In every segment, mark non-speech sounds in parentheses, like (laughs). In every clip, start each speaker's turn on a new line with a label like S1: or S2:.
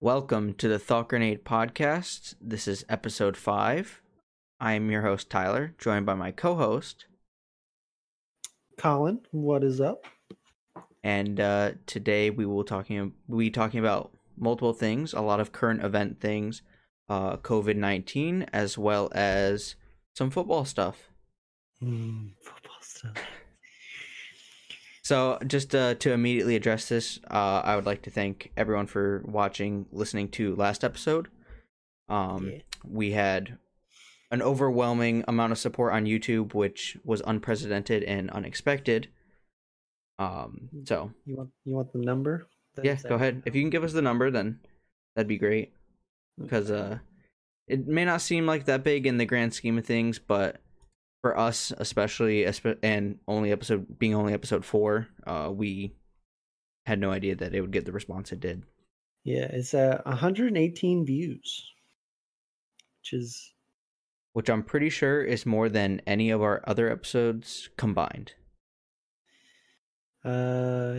S1: Welcome to the Thought Grenade Podcast. This is episode five. I am your host, Tyler, joined by my co host.
S2: Colin, what is up?
S1: And uh, today we will talking we talking about multiple things, a lot of current event things, uh, COVID nineteen, as well as some football stuff. Hmm.
S2: Mm, football stuff.
S1: So, just uh, to immediately address this, uh, I would like to thank everyone for watching, listening to last episode. Um,
S2: Yeah.
S1: We had an overwhelming amount of support on YouTube, which was unprecedented and unexpected. Um, so,
S2: You want you want the number? That
S1: yeah,
S2: it's
S1: go
S2: at
S1: ahead. If you can give us the number, then that'd be great.
S2: now?
S1: Because
S2: Okay.
S1: uh, it may not seem like that big in the grand scheme of things, but for us, especially, espe- and only episode being only episode four, uh, we had no idea that it would get the response it did.
S2: yeah, it's uh, 118 views, which is
S1: Which I'm pretty sure is more than any of our other episodes combined.
S2: uh,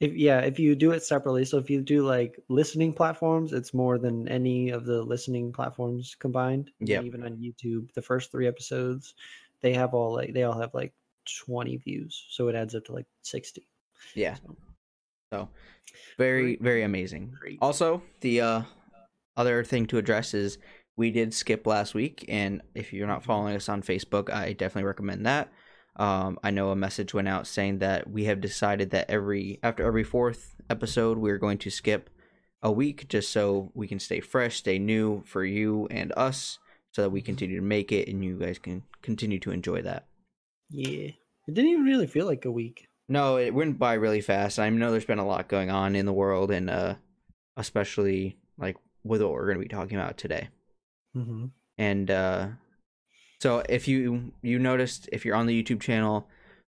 S2: if yeah, if you do it separately, so if you do like listening platforms, it's more than any of the listening platforms combined. And
S1: Yep.
S2: even on YouTube, the first three episodes, they have all like they all have like 20 views, so it adds up to like 60.
S1: Yeah.
S2: So-
S1: So very,
S2: Great.
S1: very amazing.
S2: Great.
S1: Also, the uh, other thing to address is we did skip last week, and if you're not following us on Facebook, I definitely recommend that. Um, I know a message went out saying that we have decided that every after every fourth episode, we're going to skip a week just so we can stay fresh, stay new for you and us, so that we continue to make it, and you guys can continue to enjoy that.
S2: Yeah, it didn't even really feel like a week.
S1: No, it went by really fast. I know there's been a lot going on in the world, and uh, especially like with what we're going to be talking about today.
S2: Mm-hmm.
S1: And uh, so, if you you noticed, if you're on the YouTube channel,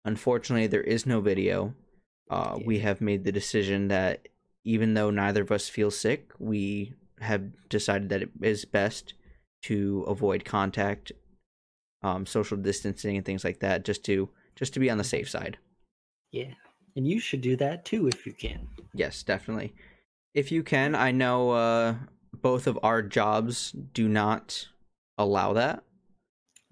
S1: unfortunately, there is no video. Uh, We have made the decision that even though neither of us feel sick, we have decided that it is best to avoid contact, um, social distancing, and things like that, just to just to be on the safe side.
S2: Yeah. And you should do that too if you can.
S1: Yes, definitely. If you can, I know uh, both of our jobs do not allow that.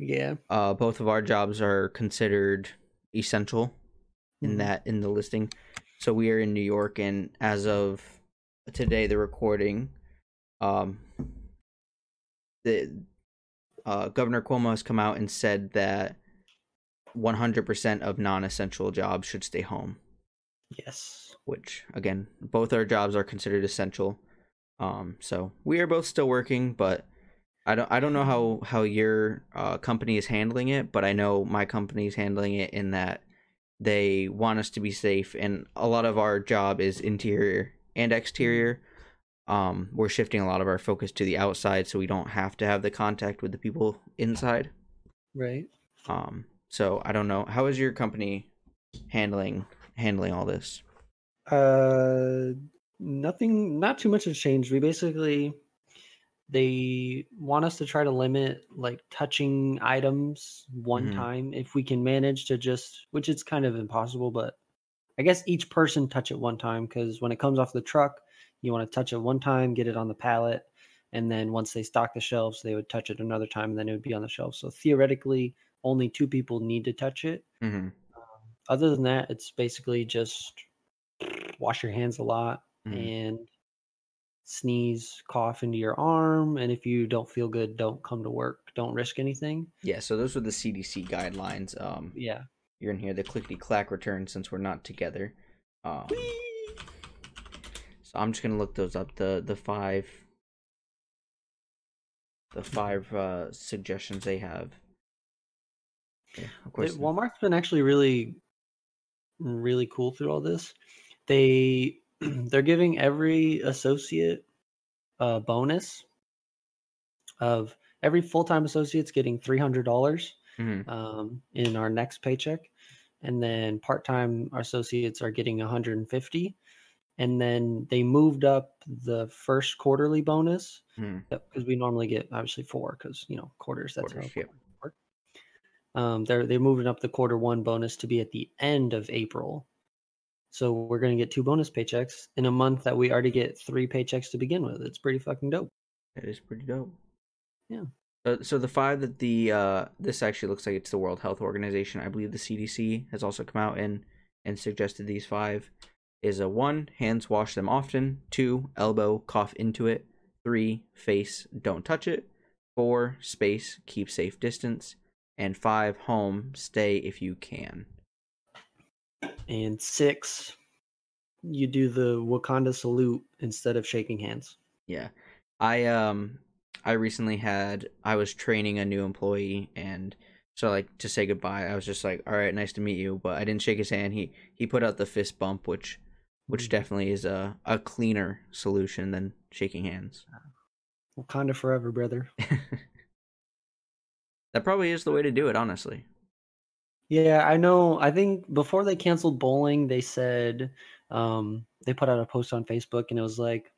S2: Yeah.
S1: Uh, both of our jobs are considered essential in
S2: Mhm.
S1: that in the listing. So we are in New York, and as of today, the recording, um, the uh, Governor Cuomo has come out and said that 100% of non-essential jobs should stay home
S2: Yes.
S1: which again both our jobs are considered essential um so we are both still working but i don't i don't know how how your uh, company is handling it but i know my company is handling it in that they want us to be safe and a lot of our job is interior and exterior um we're shifting a lot of our focus to the outside so we don't have to have the contact with the people inside
S2: Right.
S1: um so i don't know how is your company handling handling all this
S2: Uh nothing not too much has changed. We basically they want us to try to limit like touching items one
S1: Mhm.
S2: time if we can manage to just which it's kind of impossible but I guess each person touch it one time cuz when it comes off the truck you want to touch it one time, get it on the pallet and then once they stock the shelves they would touch it another time and then it would be on the shelf. So theoretically only two people need to touch it
S1: mm-hmm.
S2: other than that, it's basically just wash your hands a lot
S1: Mhm.
S2: and sneeze, cough into your arm. And if you don't feel good, don't come to work. Don't risk anything.
S1: Yeah, so those were the CDC guidelines. Um,
S2: Yeah.
S1: you're in here the clickety clack return since we're not together. Um, so I'm just gonna look those up. The the five, the five uh, suggestions they have. Yeah, of
S2: They-
S1: course.
S2: Walmart's been actually really, really cool through all this. They (clears throat) they're giving every associate a bonus of every full time associate's getting three hundred dollars.
S1: Mhm.
S2: um, in our next paycheck and then part-time associates are getting 150 and then they moved up the first quarterly bonus
S1: Mhm.
S2: because we normally get obviously four because you know quarters that's
S1: Quarters,
S2: how
S1: yep.
S2: quarters work. um they're they're moving up the quarter one bonus to be at the end of april So we're going to get two bonus paychecks in a month that we already get three paychecks to begin with. It's pretty fucking dope.
S1: That is pretty dope.
S2: Yeah.
S1: Uh, so the five that the uh, this actually looks like it's the World Health Organization. I believe the CDC has also come out and and suggested these five is a one hands wash them often two elbow cough into it three face don't touch it four space keep safe distance and five home stay if you can
S2: And six, you do the Wakanda salute instead of shaking hands.
S1: Yeah. I um I recently had I was training a new employee and so like to say goodbye, I was just like, "All right, nice to meet you," but I didn't shake his hand. He he put out the fist bump, which which definitely is a a cleaner solution than shaking hands. (laughs)
S2: Wakanda forever, brother.
S1: that probably is the way to do it, honestly.
S2: Yeah, I know. I think before they canceled bowling, they said um, they put out a post on Facebook and it was like,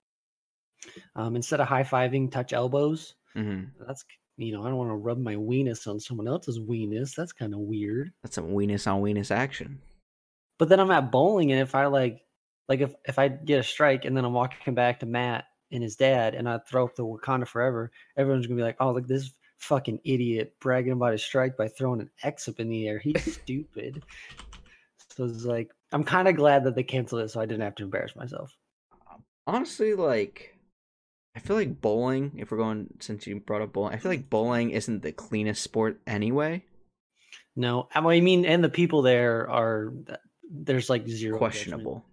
S2: um, instead of high fiving, touch elbows.
S1: hmm
S2: That's, you know, I don't want to rub my weenus on someone else's weenus. That's kind of weird.
S1: That's some weenus on weenus action.
S2: But then I'm at bowling, and if I like, like if if I get a strike, and then I'm walking back to Matt and his dad, and I throw up the Wakanda Forever, everyone's gonna be like, "Oh, look this fucking idiot bragging about his strike by throwing an X up in the air. He's stupid." So it's like I'm kind of glad that they canceled it, so I didn't have to embarrass myself.
S1: honestly like i feel like bowling if we're going since you brought up bowling i feel like bowling isn't the cleanest sport anyway
S2: No, I mean- I mean, and the people there are there's like zero judgment.
S1: questionable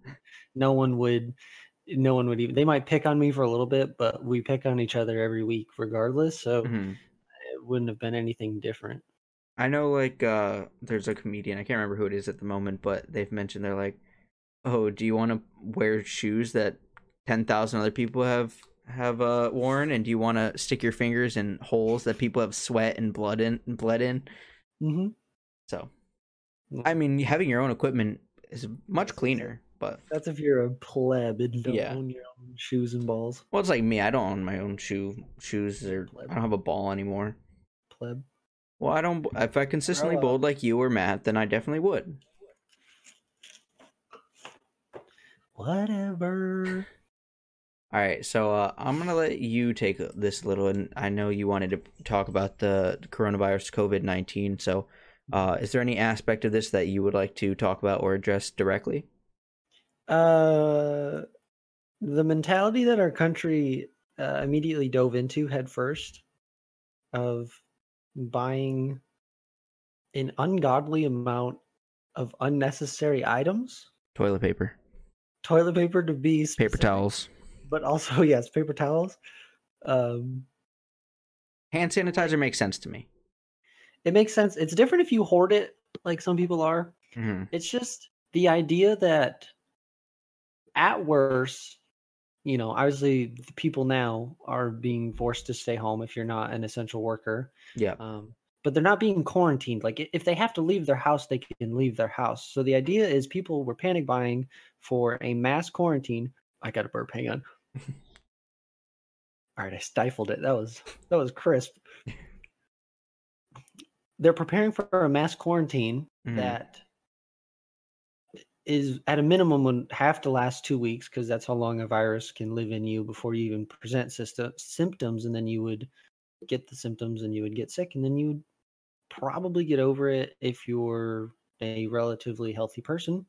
S2: no one would no one would even they might pick on me for a little bit but we pick on each other every week regardless so
S1: Mhm.
S2: it wouldn't have been anything different
S1: i know like uh there's a comedian i can't remember who it is at the moment but they've mentioned they're like oh do you want to wear shoes that 10,000 other people have have uh worn and do you want to stick your fingers in holes that people have sweat and blood in bled in
S2: mm-hmm.
S1: so i mean having your own equipment is much cleaner but
S2: that's if you're a pleb and don't
S1: Yeah.
S2: own your own shoes and balls
S1: Well, it's like me. I don't own my own shoe shoes, or I don't have a ball anymore.
S2: pleb
S1: Well, I don't. If I consistently
S2: up.
S1: bowled like you or Matt, then I definitely would.
S2: whatever
S1: All right, so uh, I'm gonna let you take this little, and I know you wanted to talk about the coronavirus COVID nineteen. So, uh, is there any aspect of this that you would like to talk about or address directly?
S2: uh the mentality that our country uh, immediately dove into head first of buying an ungodly amount of unnecessary items
S1: Toilet paper,
S2: toilet paper to be
S1: paper
S2: specific,
S1: towels,
S2: but also (laughs) yes paper towels um
S1: hand sanitizer makes sense to me.
S2: it makes sense it's different if you hoard it like some people are
S1: hmm
S2: it's just the idea that at worst you know obviously the people now are being forced to stay home if you're not an essential worker
S1: Yeah,
S2: um but they're not being quarantined like i- if they have to leave their house they can leave their house so the idea is people were panic buying for a mass quarantine i got a burp hang on all right i stifled it that was that was crisp they're preparing for a mass quarantine
S1: Mhm.
S2: that is at a minimum would have to last two weeks because that's how long a virus can live in you before you even present system, symptoms and then you would get the symptoms and you would get sick and then you would probably get over it if you're a relatively healthy person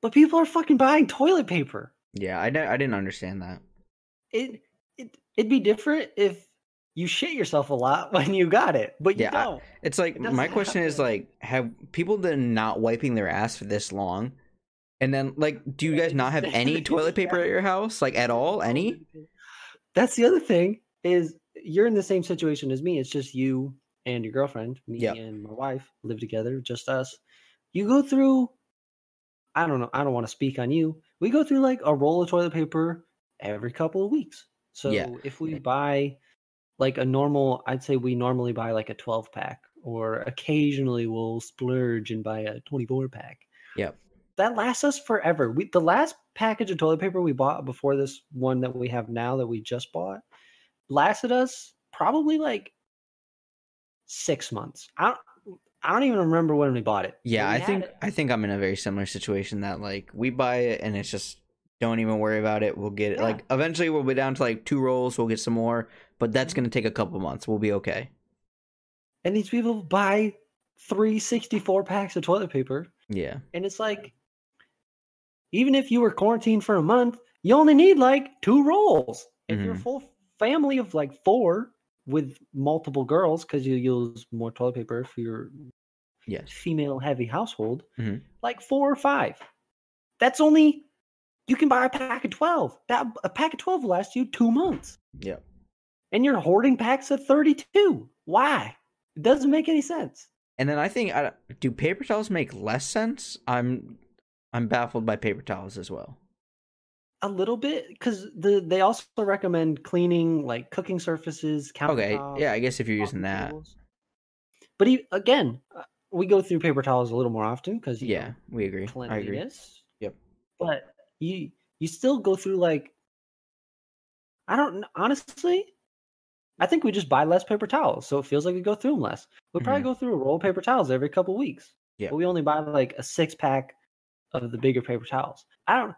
S2: but people are fucking buying toilet paper
S1: yeah. I, di- I didn't understand that.
S2: it, it it'd be different if you shit yourself a lot (laughs) when you got it but you
S1: Yeah, I-
S2: don't
S1: It's like
S2: It doesn't
S1: my question is
S2: happen.
S1: like, have people been not wiping their ass for this long? And then like, do you
S2: Yeah,
S1: guys
S2: it
S1: not have
S2: just- (laughs)
S1: any toilet paper at your house, like at all, any?
S2: That's the other thing is you're in the same situation as me. It's just you and your girlfriend, me
S1: Yep.
S2: and my wife live together, just us. You go through I don't know, I don't want to speak on you. We go through like a roll of toilet paper every couple of weeks. So
S1: Yeah.
S2: if we buy like a normal, I'd say we normally buy like a 12 pack or occasionally we'll splurge and buy a 24 pack that lasts us forever. We the last package of toilet paper we bought before this one that we have now that we just bought lasted us probably like six months. I I don't even remember when we bought it.
S1: Yeah,
S2: But we
S1: I
S2: had
S1: think
S2: it.
S1: I think I'm in a very similar situation that like we buy it and it's just don't even worry about it. We'll get it.
S2: Yeah.
S1: Like eventually we'll be down to like two rolls. We'll get some more, but that's
S2: Mm-hmm.
S1: gonna take a couple months. We'll be okay.
S2: and these people buy three sixty-four packs of toilet paper,
S1: Yeah,
S2: and it's like, even if you were quarantined for a month, you only need like two rolls. If you're a
S1: Mhm.
S2: full family of like four with multiple girls, because you use more toilet paper if you're
S1: yes,
S2: female heavy household,
S1: Mhm.
S2: like four or five. That's only you can buy a pack of twelve. That a pack of twelve will last you two months,
S1: yep,
S2: and you're hoarding packs of thirty-two. Why? It doesn't make any sense.
S1: And then I think I, do paper towels make less sense? I'm I'm baffled by paper towels as well.
S2: A little bit because the they also recommend cleaning like cooking surfaces,
S1: Okay,
S2: countertops.
S1: yeah, I guess if you're using
S2: coffee
S1: that,
S2: tables. But he, again, uh, we go through paper towels a little more often because
S1: yeah, we agree. I agree.
S2: cleanliness.
S1: Yep.
S2: But you you still go through like I don't kn- honestly. I think we just buy less paper towels, so it feels like we go through them less. We probably go through a roll of paper towels every couple weeks.
S1: Mm-hmm. Yeah.
S2: But we only buy like a six pack of the bigger paper towels. I don't.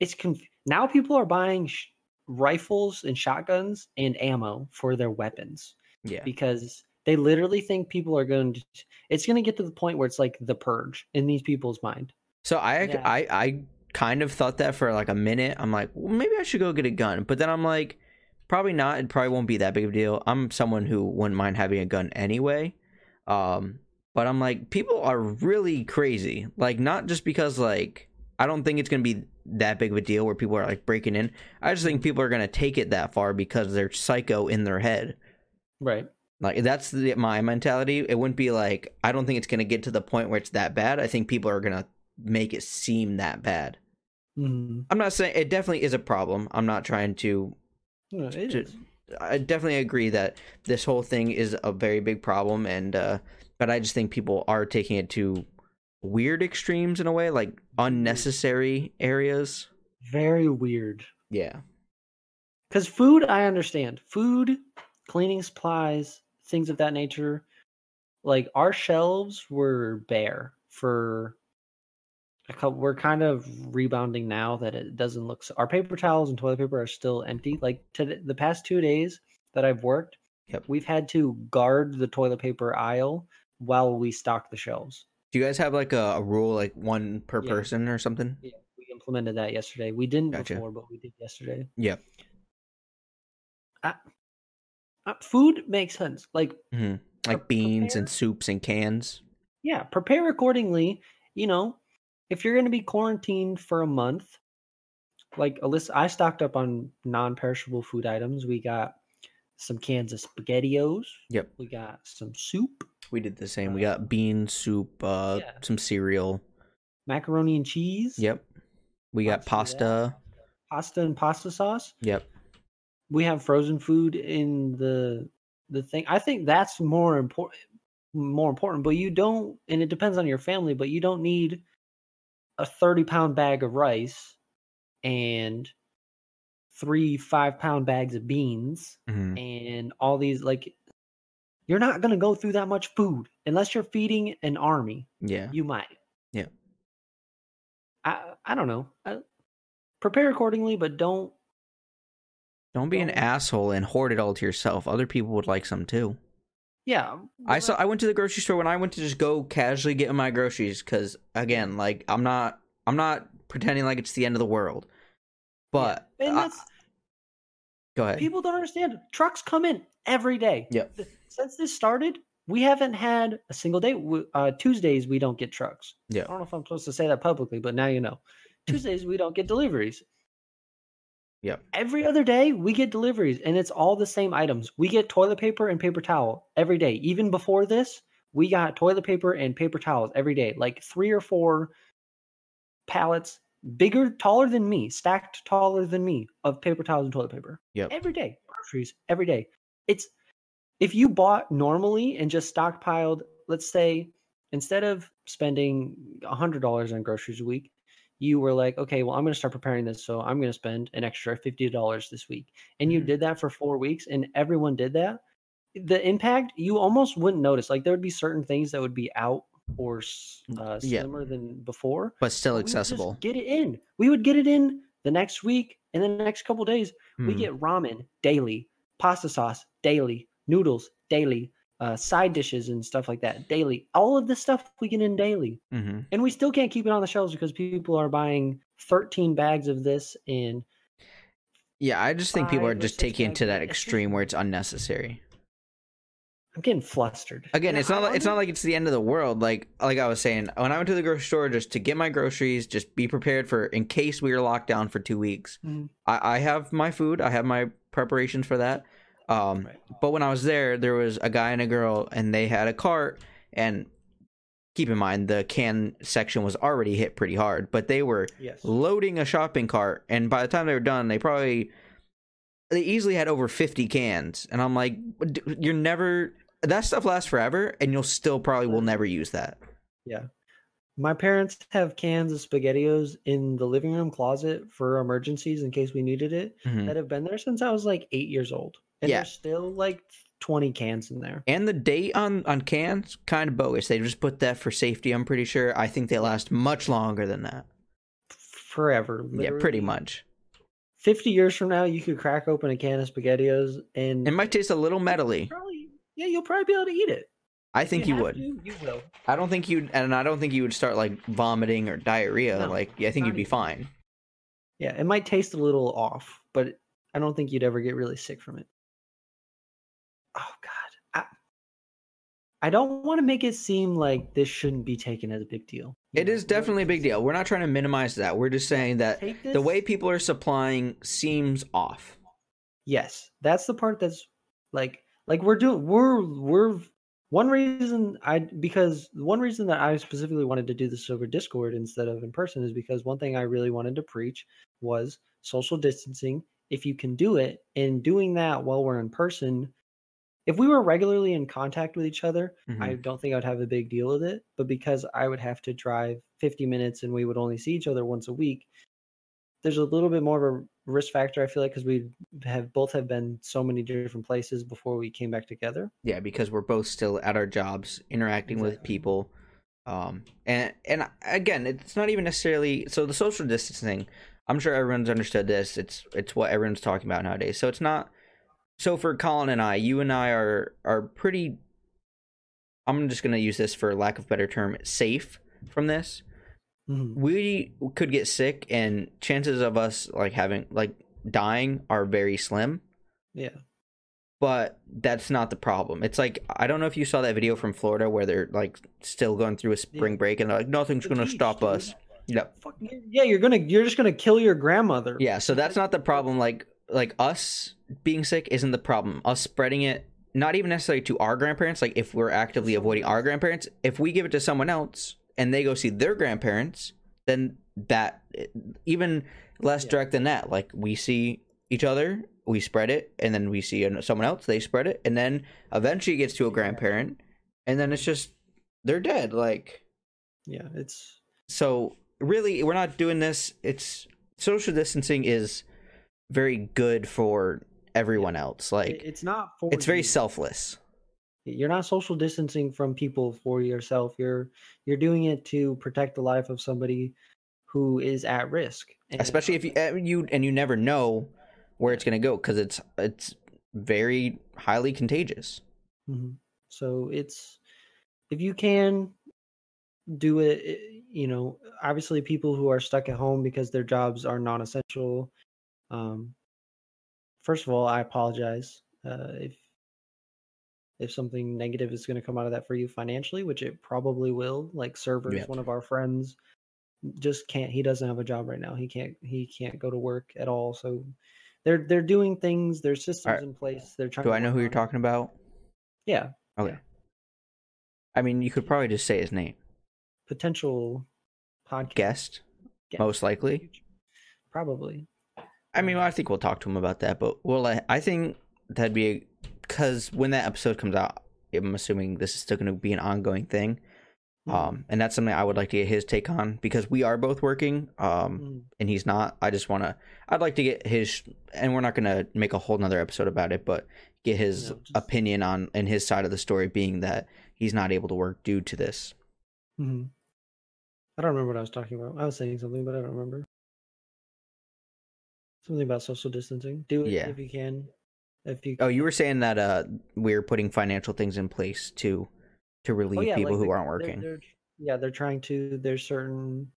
S2: It's conf- now people are buying sh- rifles and shotguns and ammo for their weapons
S1: Yeah,
S2: because they literally think people are going to. It's going to get to the point where it's like the purge in these people's mind.
S1: So I, ac-
S2: Yeah.
S1: I I kind of thought that for like a minute. I'm like, well, maybe I should go get a gun, but then I'm like, probably not. It probably won't be that big of a deal. I'm someone who wouldn't mind having a gun anyway. Um, but I'm like, people are really crazy. Like, not just because like I don't think it's gonna be that big of a deal where people are like breaking in. I just think people are gonna take it that far because they're psycho in their head.
S2: Right.
S1: Like that's the, my mentality. It wouldn't be like I don't think it's gonna get to the point where it's that bad. I think people are gonna make it seem that bad.
S2: Mm-hmm.
S1: I'm not saying it definitely is a problem. I'm not trying to.
S2: No, it
S1: to-
S2: is.
S1: I definitely agree that this whole thing is a very big problem, and uh, but I just think people are taking it to weird extremes in a way, like unnecessary areas.
S2: Very weird.
S1: Yeah,
S2: Because food, I understand. Food, cleaning supplies, things of that nature. Like our shelves were bare for a couple. We're kind of rebounding now that it doesn't look. So, our paper towels and toilet paper are still empty. Like today, the past two days that I've worked,
S1: Yep.
S2: we've had to guard the toilet paper aisle while we stock the shelves.
S1: do you guys have like a, a rule, like one per
S2: Yeah.
S1: person or something?
S2: Yeah, we implemented that yesterday. We didn't
S1: Gotcha.
S2: before, but we did yesterday.
S1: Yep.
S2: I, I, food makes sense. Like,
S1: Like beans and soups and cans.
S2: yeah, prepare accordingly. You know, if you're going to be quarantined for a month, like Alyssa, I stocked up on non-perishable food items. We got some cans of SpaghettiOs.
S1: Yep.
S2: We got some soup,
S1: We did the same. We got bean soup, uh,
S2: Uh, Yeah.
S1: some cereal.
S2: macaroni and cheese.
S1: Yep. We got
S2: Pasta,
S1: pasta.
S2: Pasta and pasta sauce.
S1: Yep.
S2: we have frozen food in the the thing i think that's more important more important but you don't and it depends on your family but you don't need a 30 pound bag of rice and three five pound bags of beans
S1: Mhm.
S2: and all these like you're not going to go through that much food unless you're feeding an army
S1: Yeah.
S2: you might
S1: Yeah.
S2: i i don't know I, prepare accordingly but don't
S1: Don't be an
S2: Don't-
S1: asshole and hoard it all to yourself. Other people would like some too.
S2: yeah
S1: I saw. I went to the grocery store when I went to just go casually get my groceries because again, like I'm not. I'm not pretending like it's the end of the world. But
S2: and
S1: I-
S2: that's
S1: go ahead.
S2: People don't understand. Trucks come in every day.
S1: Yep.
S2: Th- Since this started, we haven't had a single day. W- Uh, Tuesdays we don't get trucks.
S1: Yeah.
S2: I don't know if I'm supposed to say that publicly, but now you
S1: (laughs)
S2: know. Tuesdays we don't get deliveries.
S1: Yep.
S2: Every other day we get deliveries, and it's all the same items. We get toilet paper and paper towel every day. Even before this, we got toilet paper and paper towels every day, like three or four pallets, bigger, taller than me, stacked taller than me, of paper towels and toilet paper
S1: Yep.
S2: every day groceries every day it's if you bought normally and just stockpiled let's say instead of spending $100 on groceries a week you were like okay well i'm going to start preparing this so i'm going to spend an extra $50 this week and you
S1: Mhm.
S2: did that for four weeks and everyone did that the impact you almost wouldn't notice. Like there would be certain things that would be out or s- uh,
S1: Mm, Yeah.
S2: slimmer than before.
S1: but still
S2: but we would just
S1: accessible.
S2: Get it in. We would get it in the next week and then the next couple days. We
S1: Hmm.
S2: get ramen daily, pasta sauce daily, noodles daily, uh, side dishes and stuff like that daily. All of this stuff we get in daily.
S1: Mhm.
S2: And we still can't keep it on the shelves because people are buying 13 bags of this and
S1: Yeah, I just think people
S2: five
S1: are
S2: or
S1: just
S2: six
S1: taking it to
S2: bags.
S1: that extreme where it's unnecessary.
S2: I'm getting flustered.
S1: Again,
S2: And
S1: it's
S2: I
S1: not like, it's
S2: wasn't-
S1: not like it's the end of the world. Like like I was saying, when I went to the grocery store just to get my groceries, just be prepared for in case we are locked down for two weeks.
S2: Mhm.
S1: I, I have my food. I have my preparations for that. Um,
S2: Right.
S1: but when I was there, there was a guy and a girl, and they had a cart. And keep in mind, the can section was already hit pretty hard, but they were
S2: Yes.
S1: loading a shopping cart and by the time they were done they probably they easily had over 50 cans and i'm like "D- you're never that stuff lasts forever and you'll still probably will never use that
S2: My parents have cans of SpaghettiOs in the living room closet for emergencies in case we needed it
S1: Mhm.
S2: that have been there since I was like eight years old. And
S1: Yeah.
S2: there's still like 20 cans in there.
S1: and the date on on cans kind of bogus they just put that for safety i'm pretty sure i think they last much longer than that
S2: Forever.
S1: yeah pretty
S2: literally.
S1: much
S2: 50 years from now, you could crack open a can of SpaghettiOs and
S1: it might taste a little metally
S2: probably, yeah, you'll probably be able to eat it.
S1: i
S2: If
S1: think you
S2: have
S1: would
S2: to, you will.
S1: i don't think you'd and i don't think you would start like vomiting or diarrhea
S2: No,
S1: like i think
S2: not
S1: you'd be
S2: even.
S1: fine
S2: Yeah, it might taste a little off, but I don't think you'd ever get really sick from it. Oh God, I, I don't want to make it seem like this shouldn't be taken as a big deal. you
S1: it
S2: know,
S1: is
S2: what
S1: definitely a big
S2: this?
S1: deal we're not trying to minimize that we're just saying that
S2: Take
S1: the way
S2: this-
S1: people are supplying seems off.
S2: yes, that's the part that's like, like we're doing, we're we're one reason I because one reason that I specifically wanted to do this over Discord instead of in person is because one thing I really wanted to preach was social distancing. If you can do it and doing that while we're in person, if we were regularly in contact with each other, I
S1: Mm-hmm.
S2: don't think I would have a big deal with it. But because I would have to drive 50 minutes and we would only see each other once a week, there's a little bit more of a risk factor. I feel like because we have both have been so many different places before we came back together.
S1: yeah, because we're both still at our jobs, interacting with
S2: Exactly.
S1: people. Um, and and again, it's not even necessarily so the social distancing. I'm sure everyone's understood this. It's it's what everyone's talking about nowadays. So it's not. So for Colin and I, you and I are are pretty. I'm just gonna use this for lack of better term, safe from this. Mm-hmm.
S2: Mhm.
S1: we could get sick and chances of us like having like dying are very slim
S2: Yeah.
S1: but that's not the problem it's like i don't know if you saw that video from florida where they're like still going through a spring break and they're like nothing's
S2: The
S1: going to
S2: beach,
S1: stop
S2: dude.
S1: us yep
S2: Fuck, you- yeah, you're gonna you're just gonna kill your grandmother.
S1: yeah so that's not the problem like like us being sick isn't the problem us spreading it not even necessarily to our grandparents like if we're actively
S2: someone
S1: avoiding our
S2: else.
S1: grandparents if we give it to someone else and they go see their grandparents then that even less
S2: Yeah.
S1: direct than that like we see each other we spread it and then we see an- someone else they spread it and then eventually it gets to a
S2: Yeah.
S1: grandparent and then it's just they're dead like
S2: yeah, it's
S1: so really we're not doing this it's social distancing is very good for everyone else
S2: it-
S1: like
S2: it's not for
S1: it's very
S2: you.
S1: selfless
S2: you're not social distancing from people for yourself you're you're doing it to protect the life of somebody who is at risk And
S1: especially if you, eh, you and you never know where it's going to go because it's it's very highly contagious
S2: Mhm. so it's if you can do it i- you know obviously people who are stuck at home because their jobs are non-essential um first of all i apologize uh if if something negative is going to come out of that for you financially which it probably will like servers
S1: Yep.
S2: one of our friends just can't he doesn't have a job right now he can't he can't go to work at all so they're they're doing things their systems in place they're trying
S1: do
S2: to
S1: i know
S2: work
S1: who you're
S2: on it.
S1: talking about
S2: yeah
S1: okay i mean you could probably just say his name
S2: potential podcast
S1: guest
S2: guest
S1: most
S2: in the
S1: likely
S2: future. Probably.
S1: i mean i think we'll talk to him about that but well i, I think that'd be because when that episode comes out i'm assuming this is still going to be an ongoing thing
S2: Mhm.
S1: um and that's something i would like to get his take on because we are both working um
S2: Mhm.
S1: and he's not i just want to i'd like to get his and we're not going to make a whole nother episode about it but get his
S2: Yeah, just-
S1: opinion on and his side of the story being that he's not able to work due to this.
S2: hmm I don't remember what I was talking about. I was saying something, but I don't remember. Something about social distancing. Do it
S1: Yeah.
S2: if you can. If you
S1: Oh, you were saying that uh we're putting financial things in place to to relieve
S2: Oh, yeah,
S1: people
S2: like
S1: who
S2: the-
S1: aren't
S2: they're-
S1: working.
S2: they're- yeah, they're trying to. There's certain.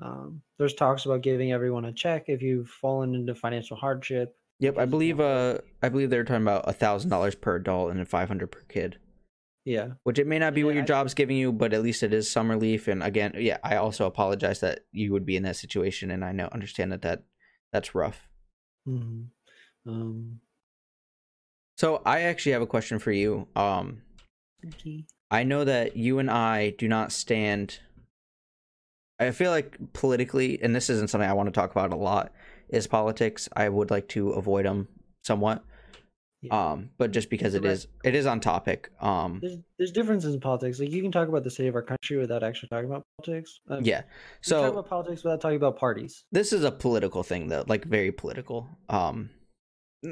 S2: Um, there's talks about giving everyone a check if you've fallen into financial hardship.
S1: Yep, I
S2: Because, you
S1: believe
S2: know,
S1: uh I believe they were talking about a thousand dollars per adult and five hundred per kid.
S2: Yeah,
S1: Which it may not be
S2: And
S1: what
S2: then
S1: your
S2: I-
S1: job's giving you, but at least it is some relief. And again, yeah, I also apologize that you would be in that situation, and I know understand that that that's rough.
S2: Mhm. Um,
S1: So I actually have a question for you. Um, I know that you and I do not stand. I feel like politically, and this isn't something I want to talk about a lot, is politics. I would like to avoid them somewhat,
S2: Yeah.
S1: um, but just because it
S2: Correct.
S1: is it is on topic. Um,
S2: there's there's differences in politics. Like you can talk about the state of our country without actually talking about politics. Um,
S1: yeah.
S2: you can
S1: So
S2: talk about politics without talking about parties.
S1: this is a political thing though like very political um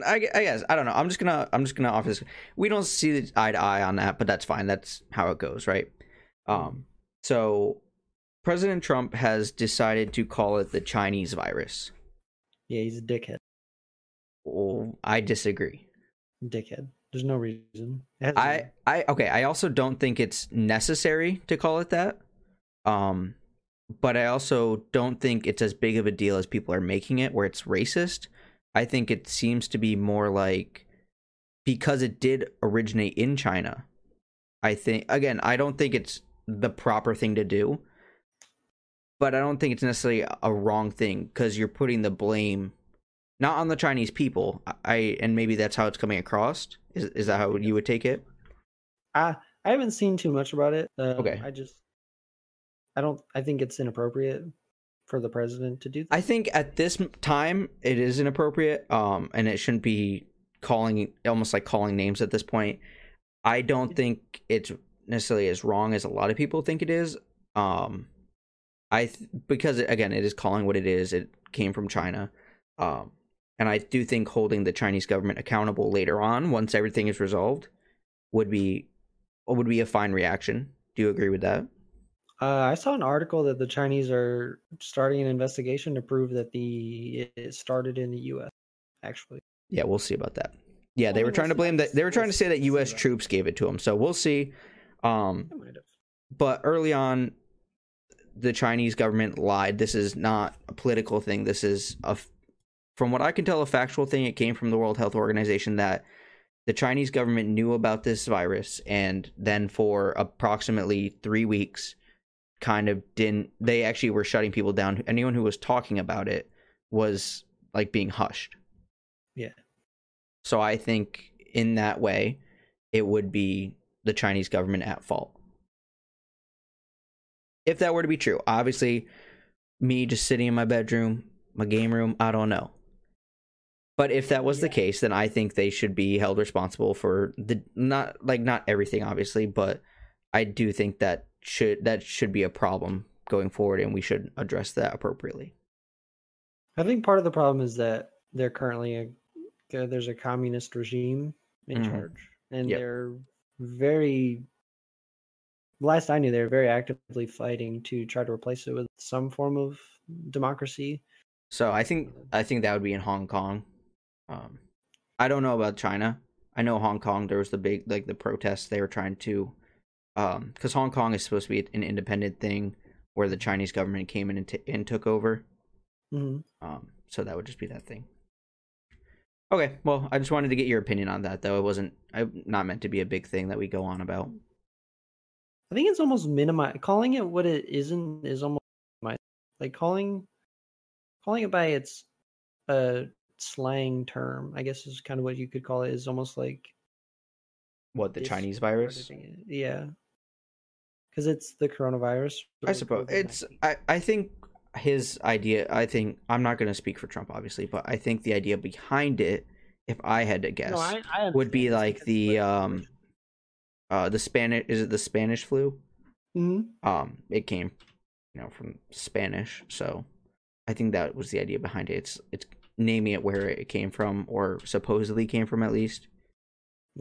S1: I, gu- I guess i don't know i'm just gonna i'm just gonna offer this we don't see eye to eye on that but that's fine that's how it goes right um so president trump has decided to call it the chinese virus
S2: Yeah, he's a dickhead.
S1: oh, i disagree
S2: Dickhead. There's no reason. It hasn't
S1: i
S2: been-
S1: i okay i also don't think it's necessary to call it that um but i also don't think it's as big of a deal as people are making it where it's racist i think it seems to be more like because it did originate in china i think again i don't think it's the proper thing to do but i don't think it's necessarily a wrong thing because you're putting the blame not on the chinese people I- i and maybe that's how it's coming across is, is that how you would take it
S2: I I haven't seen too much about it. Um,
S1: Okay.
S2: I just I don't I think it's inappropriate for the president to do that.
S1: I think at this m- time it is inappropriate, um, and it shouldn't be calling almost like calling names at this point. I don't think it's necessarily as wrong as a lot of people think it is. Um, I th- because again, it is calling what it is. It came from China, um, and I do think holding the Chinese government accountable later on, once everything is resolved, would be would be a fine reaction. Do you agree with that?
S2: Uh, I saw an article that the Chinese are starting an investigation to prove that the it started in the U.S. Actually,
S1: Yeah, we'll see about that. Yeah,
S2: Well,
S1: they
S2: we
S1: were
S2: will
S1: trying to
S2: see.
S1: blame that. They were
S2: We'll
S1: trying to say that
S2: see
S1: U.S.
S2: about it.
S1: troops gave it to them. So we'll see. Um,
S2: I might have.
S1: but early on, the Chinese government lied. This is not a political thing. This is a, f- from what I can tell, a factual thing. It came from the World Health Organization that the Chinese government knew about this virus and then for approximately three weeks, kind of didn't. They actually were shutting people down. Anyone who was talking about it was like being hushed.
S2: Yeah.
S1: So I think in that way, it would be the Chinese government at fault. If that were to be true, obviously, me just sitting in my bedroom, my game room, I don't know. But if that was the
S2: Yeah.
S1: case, then I think they should be held responsible for the not like not everything, obviously, but I do think that should that should be a problem going forward, and we should address that appropriately.
S2: I think part of the problem is that they're currently a uh, there's a communist regime in
S1: Mhm.
S2: charge, and
S1: Yep.
S2: they're very. Last I knew, they were very actively fighting to try to replace it with some form of democracy.
S1: So I think I think that would be in Hong Kong. Um, I don't know about China. I know Hong Kong. There was the big like the protests they were trying to, um, because Hong Kong is supposed to be an independent thing where the Chinese government came in and, t- and took over.
S2: hmm
S1: Um, so that would just be that thing. Okay, well, I just wanted to get your opinion on that though. It wasn't I not meant to be a big thing that we go on about.
S2: I think it's almost minimize calling it what it isn't is almost minimi- like calling calling it by its uh slang term. I guess is kind of what you could call it. Is almost like
S1: What the
S2: Dis-
S1: Chinese virus?
S2: crediting it. yeah, because it's the coronavirus.
S1: I
S2: or
S1: suppose it's.
S2: COVID-19.
S1: I I think his idea. I think I'm not going to speak for Trump, obviously, but I think the idea behind it, if I had to guess,
S2: No, I- I
S1: would be
S2: understand. It's
S1: like
S2: because
S1: the,
S2: it's
S1: um, uh, the Spanish is it the Spanish flu?
S2: Mhm.
S1: Um, it came, you know, from Spanish, so I think that was the idea behind it. It's it's naming it where it came from, or supposedly came from at least.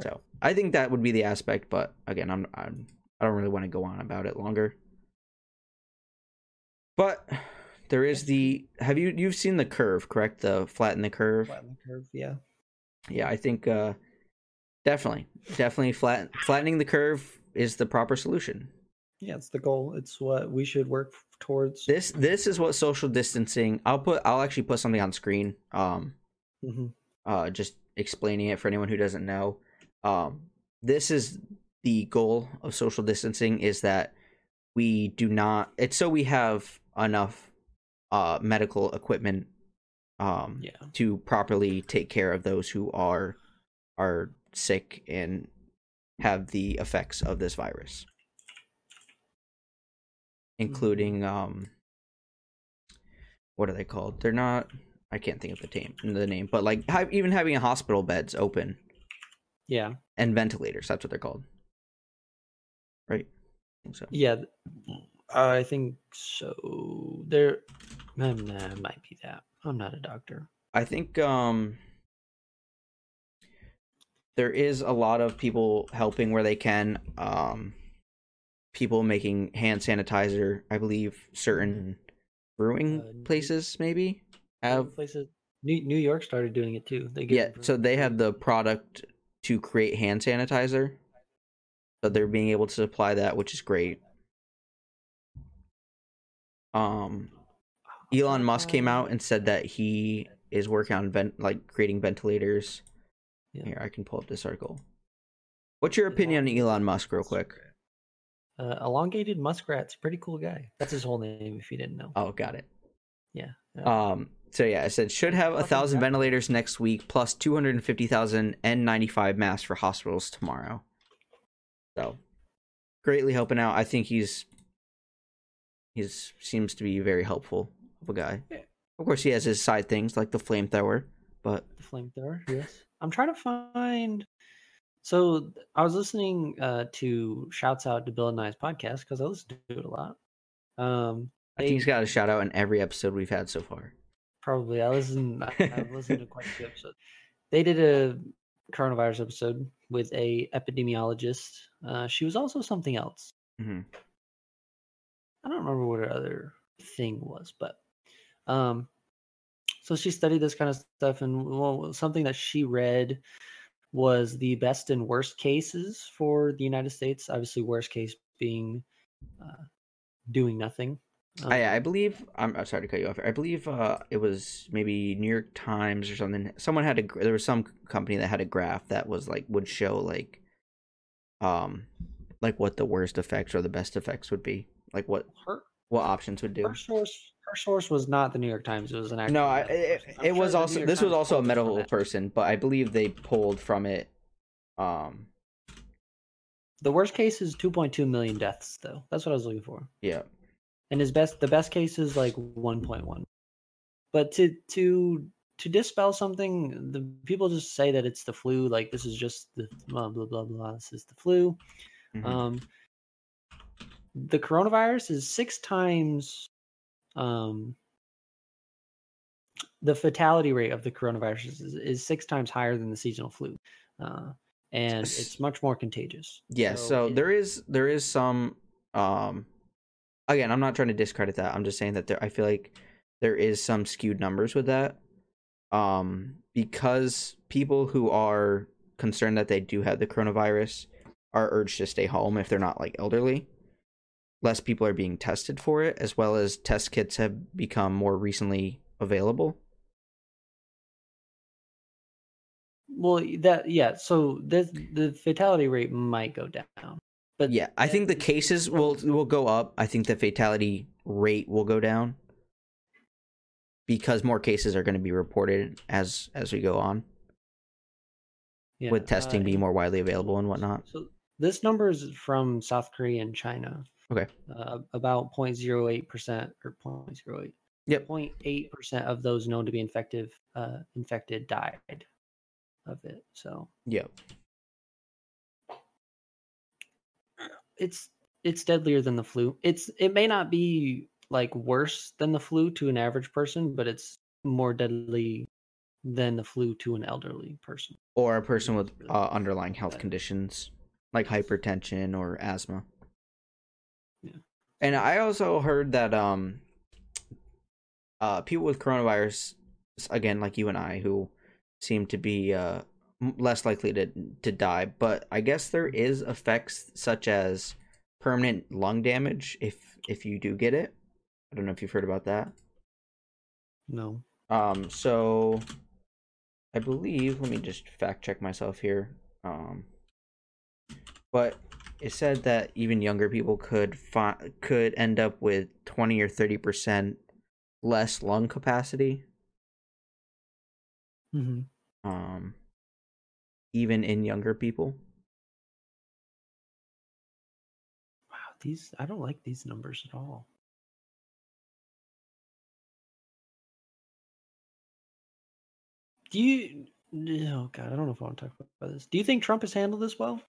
S1: So I think that would be the aspect, but again, I'm, I'm I don't really want to go on about it longer. But there is the have you you've seen the curve, correct? The flatten the curve.
S2: Flatten the curve, yeah.
S1: Yeah, I think uh definitely definitely flat flattening the curve is the proper solution.
S2: Yeah, it's the goal. It's what we should work towards.
S1: This this is what social distancing. I'll put I'll actually put something on screen. Um
S2: hmm
S1: uh, just explaining it for anyone who doesn't know. Um, this is the goal of social distancing is that we do not. It's so we have enough uh, medical equipment um,
S2: Yeah.
S1: to properly take care of those who are are sick and have the effects of this virus, including um, what are they called? They're not. I can't think of the name. The name, but like ha- even having hospital beds open
S2: Yeah.
S1: and ventilators. That's what they're called, right? I think so.
S2: Yeah. th- I think so. There nah, nah, it might be that. I'm not a doctor.
S1: I think um there is a lot of people helping where they can. Um people making hand sanitizer, I believe certain brewing
S2: Uh, n-
S1: places maybe
S2: Other
S1: have
S2: places New, New York started doing it too. They get
S1: yeah,
S2: it for-
S1: so they have the product to create hand sanitizer. So they're being able to supply that, which is great. Um Elon Musk
S2: Um,
S1: came out and said that he is working on vent like creating ventilators.
S2: Yeah.
S1: Here, I can pull up this article. What's your opinion on Elon Musk, real quick?
S2: Uh, elongated muskrat's a pretty cool guy. That's his whole name, if you didn't know.
S1: Oh, got it.
S2: Yeah, yeah.
S1: Um. So yeah, I said should have a
S2: Fucking
S1: thousand
S2: crap.
S1: ventilators next week, plus two hundred and fifty thousand N95 masks for hospitals tomorrow. So, greatly helping out. I think he's he's seems to be very helpful of a guy.
S2: Yeah.
S1: Of course, he has his side things like the flamethrower, but
S2: The flamethrower. Yes. I'm trying to find. So th- I was listening uh, to shouts out to Bill and I's podcast because I listen to it a lot. Um,
S1: I think he's
S2: they-
S1: got a shout out in every episode we've had so far.
S2: Probably. I listen. I-
S1: (laughs)
S2: I've listened to quite a few episodes. They did a coronavirus episode with a epidemiologist. Uh, she was also something else.
S1: Mhm.
S2: I don't remember what her other thing was, but um, so she studied this kind of stuff, and well, something that she read was the best and worst cases for the United States. Obviously, worst case being uh, doing nothing. Um,
S1: I, I believe I'm, I'm sorry to cut you off. I believe uh, it was maybe New York Times or something. Someone had a gr- there was some company that had a graph that was like would show like, um, like what the worst effects or the best effects would be, like what
S2: her,
S1: what options would do.
S2: Her source, her source was not the New York Times. It was an actual.
S1: No, I,
S2: medical
S1: it,
S2: person. I'm
S1: it
S2: sure
S1: was
S2: the New
S1: also
S2: York
S1: this was
S2: Times
S1: also a
S2: pulled it from
S1: medical
S2: that.
S1: person, but I believe they pulled from it. Um,
S2: The worst case is 2.2 million deaths, though. That's what I was looking for.
S1: yeah,
S2: And his best, the best case is like 1.1. But to to to dispel something, the people just say that it's the flu. Like this is just the blah blah blah blah. This is the flu.
S1: Mhm.
S2: Um, the coronavirus is six times um, the fatality rate of the coronavirus is, is six times higher than the seasonal flu, uh, and
S1: S-
S2: it's much more contagious.
S1: Yeah, so,
S2: it-
S1: there is there is some um again, I'm not trying to discredit that. I'm just saying that there I feel like there is some skewed numbers with that. Um because people who are concerned that they do have the coronavirus are urged to stay home if they're not like elderly. Less people are being tested for it as well as test kits have become more recently available.
S2: well that yeah. So this the fatality rate might go down, but
S1: Yeah, I think the cases will will go up. I think the fatality rate will go down because more cases are going to be reported as as we go on
S2: yeah,
S1: with testing
S2: uh,
S1: being more widely available and whatnot.
S2: So this number is from South Korea and China.
S1: Okay.
S2: Uh, about 0.08% or 0.08.
S1: Yep.
S2: 0.8% of those known to be infective, uh, infected died of it. So
S1: Yeah,
S2: it's it's deadlier than the flu. It's it may not be like worse than the flu to an average person, but it's more deadly than the flu to an elderly person.
S1: or a person with uh, underlying health conditions like hypertension or asthma.
S2: Yeah.
S1: And I also heard that um uh people with coronavirus again like you and I who seem to be uh m- less likely to to die, but I guess there is effects such as permanent lung damage if if you do get it. I don't know if you've heard about that.
S2: No.
S1: Um, so I believe, let me just fact check myself here. Um, but it said that even younger people could fi- could end up with 20 or 30% less lung capacity.
S2: Mm-hmm.
S1: Um, even in younger people.
S2: Wow, these I don't like these numbers at all. Do you? Oh God, I don't know if I want to talk about this. Do you think Trump has handled this well?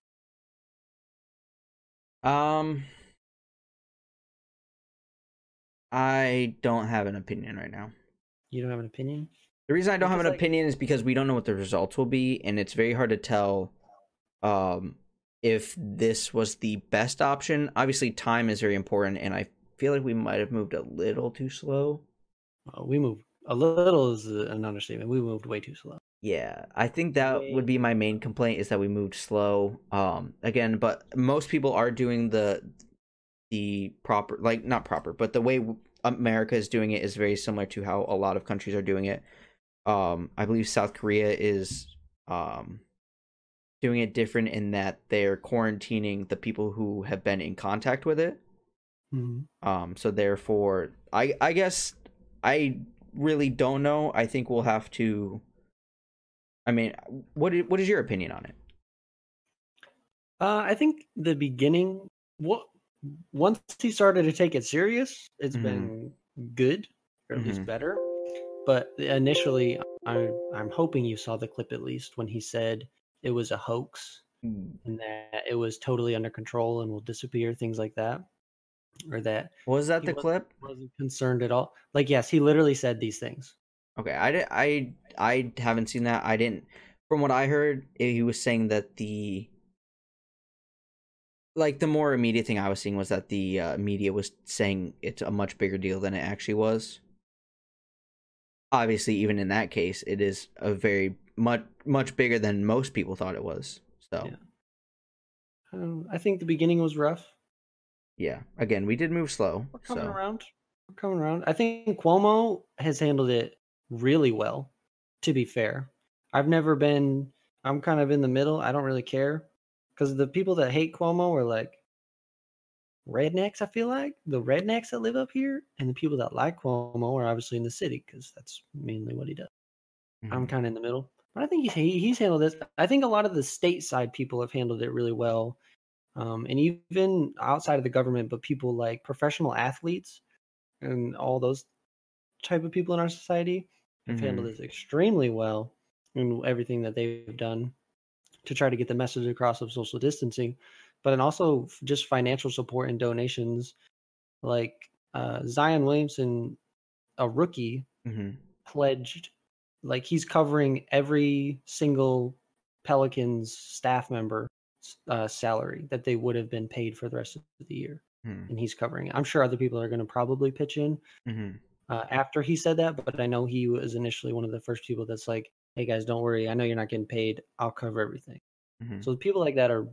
S1: Um, I don't have an opinion right now.
S2: You don't have an opinion.
S1: The reason I don't have an
S2: Because, like-
S1: opinion is because we don't know what the results will be, and it's very hard to tell um, if this was the best option. Obviously, time is very important, and I feel like we might have moved a little too slow.
S2: Oh, we moved a little is uh, an understatement. We moved way too slow.
S1: Yeah, I think that would be my main complaint is that we moved slow. Um, again, but most people are doing the the proper, like not proper, but the way w- America is doing it is very similar to how a lot of countries are doing it. Um, I believe South Korea is um doing it different in that they're quarantining the people who have been in contact with it. Um, so therefore, I I guess I really don't know. I think we'll have to. I mean, what i- what is your opinion on it?
S2: Uh, I think the beginning. What once he started to take it serious, it's
S1: Mhm.
S2: been good, or at least
S1: Mhm.
S2: better. But initially, I'm I'm hoping you saw the clip at least when he said it was a hoax and that it was totally under control and will disappear, things like that, or that
S1: Was that
S2: He
S1: the
S2: was-
S1: clip?
S2: wasn't concerned at all. Like yes, he literally said these things.
S1: Okay, I di- I I haven't seen that. I didn't. From what I heard, i- he was saying that the like the more immediate thing I was seeing was that the uh, media was saying it's a much bigger deal than it actually was. Obviously, even in that case, it is a very much much bigger than most people thought it was. So
S2: Yeah. Um, I think the beginning was rough.
S1: yeah, again, we did move slow.
S2: We're coming
S1: So
S2: around. We're coming around. I think Cuomo has handled it really well, to be fair. I've never been, I'm kind of in the middle. I don't really care because the people that hate Cuomo are like rednecks, I feel like. The rednecks that live up here and the people that like Cuomo are obviously in the city because that's mainly what he does. I'm
S1: Mm-hmm.
S2: kind of in the middle. But I think he's, he, he's handled this. I think a lot of the stateside people have handled it really well. Um, and even outside of the government, but people like professional athletes and all those type of people in our society have
S1: Mm-hmm.
S2: handled this extremely well in everything that they've done to try to get the message across of social distancing, but then also f- just financial support and donations. Like uh, Zion Williamson, a rookie
S1: hmm
S2: pledged like he's covering every single pelicans staff member uh, salary that they would have been paid for the rest of the year
S1: hmm
S2: and he's covering it i'm sure other people are going to probably pitch in
S1: hmm
S2: uh, after he said that but i know he was initially one of the first people that's like hey guys don't worry i know you're not getting paid i'll cover everything
S1: hmm
S2: so people like that are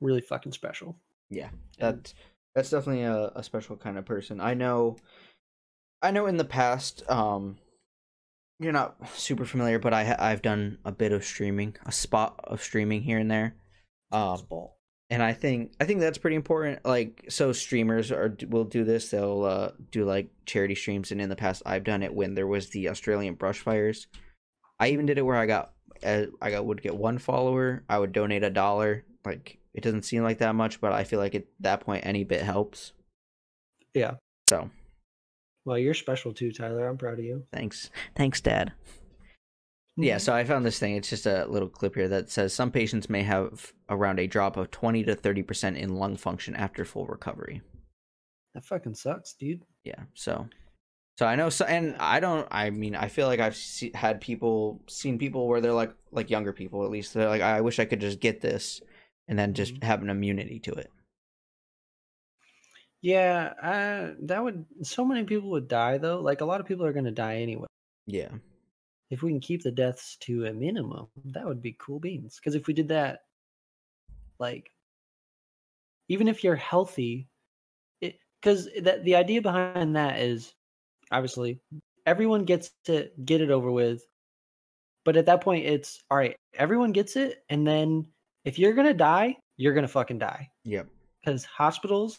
S2: really fucking special
S1: Yeah,
S2: And-
S1: that's that's definitely a, a special kind of person. I know, I know. In the past, um, you're not super familiar, but I ha- I've done a bit of streaming, a spot of streaming here and there. Um,
S2: ball.
S1: and I think I think that's pretty important. Like, so streamers are will do this. They'll uh, do like charity streams, and in the past, I've done it when there was the Australian brush fires. I even did it where I got uh, I got would get one follower. I would donate a dollar. Like, it doesn't seem like that much, but I feel like at that point, any bit helps.
S2: Yeah.
S1: So
S2: well you're special too tyler i'm proud of you
S1: thanks, thanks, Dad.
S2: Mm-hmm.
S1: Yeah, so I found this thing. It's just a little clip here that says some patients may have around a drop of 20 to 30% in lung function after full recovery.
S2: that fucking sucks dude
S1: Yeah, so So I know, so, and I don't. I mean, I feel like I've se- had people, seen people where they're like, like younger people at least. They're like, I wish I could just get this, and then just have an immunity to it.
S2: Yeah, uh, that would. So many people would die though. Like a lot of people are going to die anyway.
S1: Yeah,
S2: If we can keep the deaths to a minimum, that would be cool beans. Because if we did that, like, even if you're healthy, because that the idea behind that is obviously everyone gets to get it over with. But at that point, it's all right. Everyone gets it, and then if you're gonna die, you're gonna fucking die.
S1: Yep.
S2: Because hospitals,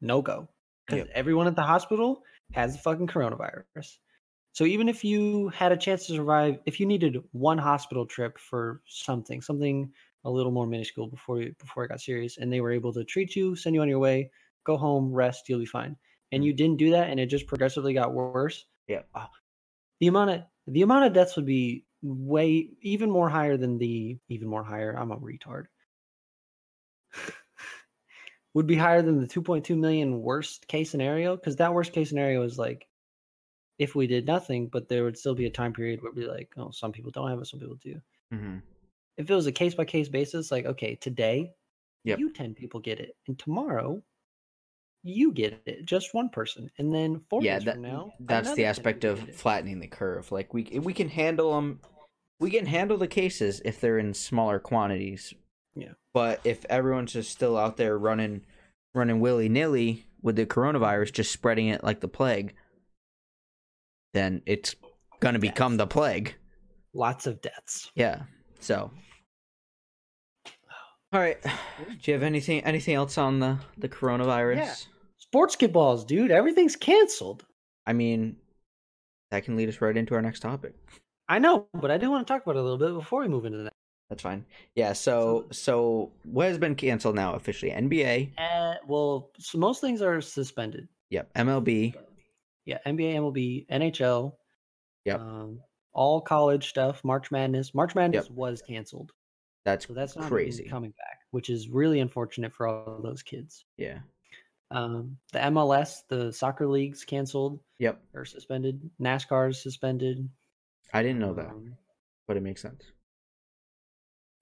S2: no go. Because
S1: Yep.
S2: everyone at the hospital has the fucking coronavirus. So even if you had a chance to survive, if you needed one hospital trip for something, something a little more minuscule before you, before it got serious, and they were able to treat you, send you on your way, go home, rest, you'll be fine. And you didn't do that, and it just progressively got worse.
S1: Yep.
S2: Oh, the amount of the amount of deaths would be way even more higher than the even more higher. I'm a retard. (laughs) would be higher than the 2.2 million worst case scenario because that worst case scenario is like if we did nothing, but there would still be a time period where we'd be like, oh, some people don't have it, some people do.
S1: Mm-hmm.
S2: If it was a case by case basis, like okay, today
S1: Yep.
S2: you 10 people get it, and tomorrow you get it, just one person, and then four
S1: Yeah,
S2: days
S1: that,
S2: from now,
S1: that's
S2: another
S1: the
S2: 10
S1: aspect
S2: people
S1: of
S2: get it.
S1: flattening the curve. Like we we can handle them, we can handle the cases if they're in smaller quantities.
S2: Yeah.
S1: But if everyone's just still out there running, running willy nilly with the coronavirus, just spreading it like the plague, then it's gonna become the plague.
S2: lots of deaths.
S1: Yeah. So. All right. Do you have anything anything else on the the coronavirus?
S2: Yeah. Sports get balls, dude. Everything's canceled.
S1: I mean, that can lead us right into our next topic.
S2: I know, but I do want to talk about it a little bit before we move into the next.
S1: That's fine. Yeah. So so what has been canceled now officially? NBA.
S2: Uh, well, so most things are suspended.
S1: Yep. MLB.
S2: Yeah, NBA, MLB, NHL.
S1: Yep.
S2: Um, all college stuff. March Madness. March Madness was canceled,
S1: That's
S2: so that's not even
S1: crazy.
S2: coming back, which is really unfortunate for all those kids.
S1: yeah.
S2: Um, the MLS, the soccer leagues, canceled
S1: Yep.
S2: or suspended. NASCAR's suspended.
S1: I didn't know that,
S2: Um,
S1: but it makes sense.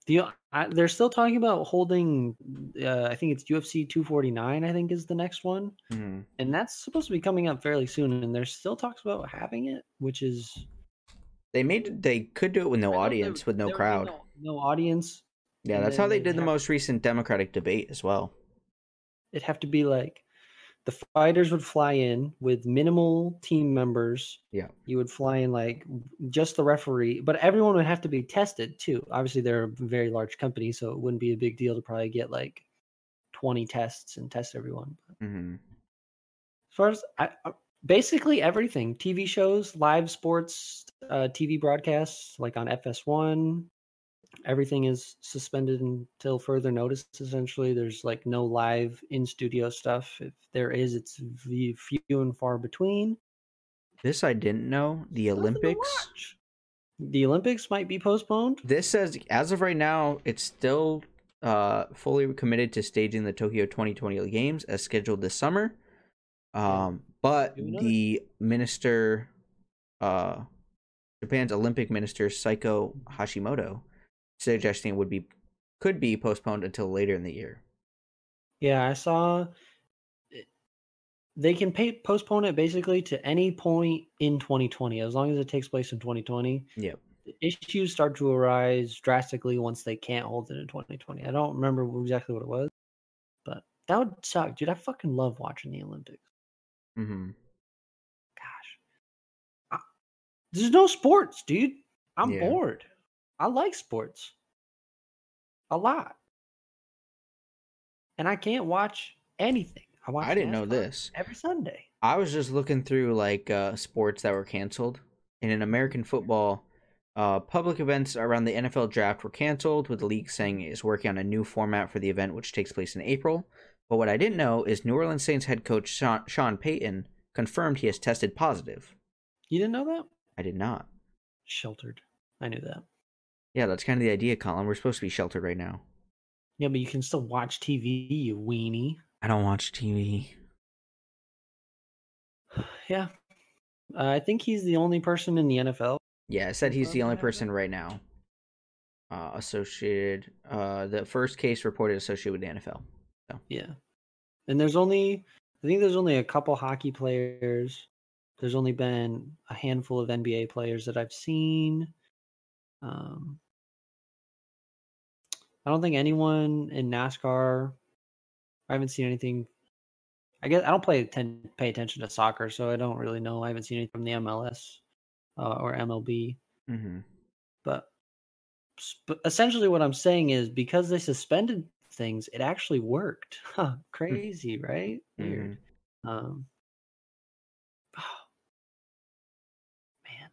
S2: the uh, I, they're still talking about holding. Uh, I think it's UFC 249. I think is the next one.
S1: hmm
S2: and that's supposed to be coming up fairly soon and there's still talks about having it which is
S1: They made they could do it with no
S2: I know there-
S1: audience, with no
S2: there would be
S1: crowd.
S2: no, no audience
S1: yeah,
S2: and
S1: that's
S2: then
S1: how they
S2: they'd
S1: did the
S2: have-
S1: most recent Democratic debate as well.
S2: it'd have to be like the fighters would fly in with minimal team members
S1: Yeah.
S2: you would fly in like just the referee but everyone would have to be tested too obviously they're a very large company so it wouldn't be a big deal to probably get like 20 tests and test everyone Mm-hmm.
S1: hmm
S2: as far as I, I- basically everything tv shows live sports uh, tv broadcasts like on fs1 everything is suspended until further notice essentially there's like no live in studio stuff if there is it's v- few and far between
S1: This I didn't know. The
S2: Nothing to
S1: Olympics.
S2: watch. the olympics might be postponed
S1: This says as of right now, it's still uh fully committed to staging the Tokyo 2020 Games as scheduled this summer. Um, but
S2: Do we know
S1: the minister, uh, Japan's Olympic minister Saiko Hashimoto, suggesting it would be could be postponed until later in the year.
S2: Yeah, I saw. it- They can pay, postpone it basically to any point in 2020, as long as it takes place in 2020.
S1: Yep.
S2: The Issues start to arise drastically once they can't hold it in 2020. I don't remember wh- exactly what it was, but that would suck, dude. I fucking love watching the Olympics.
S1: hmm
S2: Gosh, I, there's no sports, dude. I'm
S1: Yeah.
S2: bored. I like sports a lot, and I can't watch anything. I watch.
S1: I didn't know
S2: NASCAR
S1: this.
S2: every Sunday.
S1: I was just looking through like uh, sports that were canceled, and in American football, uh, public events around the NFL draft were canceled, with the league saying it is working on a new format for the event, which takes place in April. But what I didn't know is New Orleans Saints head coach Sean, Sean Payton confirmed he has tested positive.
S2: You didn't know that?
S1: I did not.
S2: Sheltered. I knew that.
S1: Yeah, that's kind of the idea, Colin. We're supposed to be sheltered right now.
S2: Yeah, but you can still watch TV, you weenie. (sighs)
S1: I don't watch TV.
S2: Yeah. Uh, I think he's the only person in the NFL.
S1: Yeah, it said he's the
S2: Confirmed
S1: only
S2: that,
S1: person right now uh, associated. Uh, the first case reported associated with the NFL.
S2: Yeah. And there's only I think there's only a couple hockey players. There's only been a handful of NBA players that I've seen. Um I don't think anyone in NASCAR I haven't seen anything I guess I don't play atten- pay attention to soccer, so I don't really know. I haven't seen anything from the MLS uh, or MLB.
S1: Mm-hmm.
S2: But sp- essentially, what I'm saying is because they suspended things, it actually worked. (laughs)
S1: Hmm.
S2: Huh, crazy, right? Weird.
S1: Mm-hmm.
S2: Um, (sighs) man,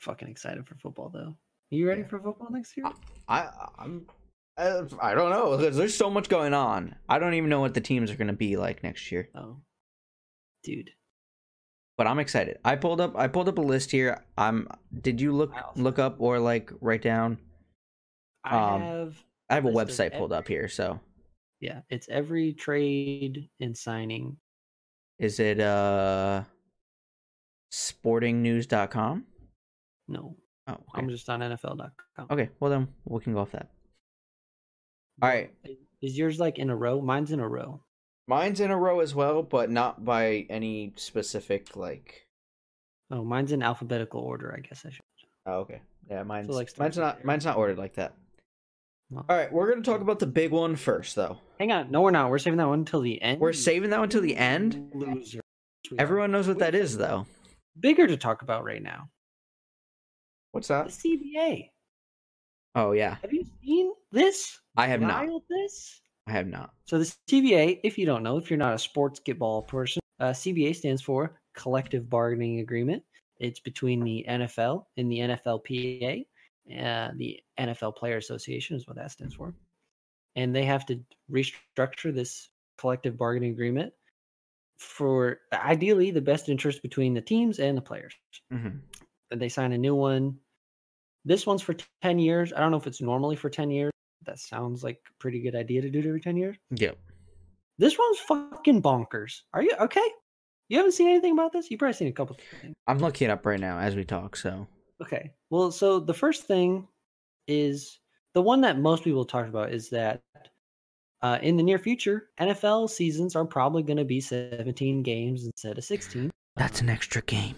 S2: fucking excited for football though. you ready
S1: Yeah.
S2: for football next year?
S1: I I'm I I don't know. There's, there's so much going on. I don't even know what the teams are going to be like next year.
S2: Oh, dude,
S1: But I'm excited. I pulled up I pulled up a list here. Um, did you look
S2: Wow.
S1: look up or like write down?
S2: I
S1: Um,
S2: have.
S1: I have a
S2: List of
S1: website pulled up here. So
S2: Yeah, it's every trade and signing.
S1: is it uh sportingnews.com?
S2: No,
S1: Oh, okay.
S2: I'm just on NFL.com.
S1: okay. Well then we can go off that. All right.
S2: Is yours like in a row? Mine's in a row.
S1: Mine's in a row as well, but not by any specific like.
S2: Oh, mine's in alphabetical order. I guess I should.
S1: Oh, okay. Yeah, mine's
S2: like, starts
S1: mine's
S2: with
S1: not
S2: zero.
S1: mine's not ordered like that.
S2: No.
S1: All right, we're gonna talk about the big one first, though.
S2: Hang on. No, we're not. We're saving that one until the end.
S1: We're
S2: you
S1: saving that one till the end.
S2: Loser. We have
S1: Everyone knows what that is, though.
S2: bigger to talk about right now.
S1: What's
S2: The
S1: that?
S2: CBA.
S1: Oh yeah,
S2: Have you seen this?
S1: I have not.
S2: Wild This.
S1: I have not.
S2: So the CBA, if you don't know, if you're not a sports get ball person, uh, CBA stands for Collective Bargaining Agreement. It's between the NFL and the NFLPA, uh, the NFL Player Association is what that stands for, and they have to restructure this collective bargaining agreement for ideally the best interest between the teams and the players.
S1: Mhm.
S2: And they sign a new one. This one's for ten years. I don't know if it's normally for ten years. That sounds like a pretty good idea to do it every ten years.
S1: Yep.
S2: This one's fucking bonkers. Are you okay? You haven't seen anything about this? You've probably seen a couple things.
S1: I'm looking it up right now as we talk. So
S2: Okay. Well, so the first thing is the one that most people talk about is that uh, in the near future, NFL seasons are probably going to be 17 games instead of 16.
S1: that's an extra game.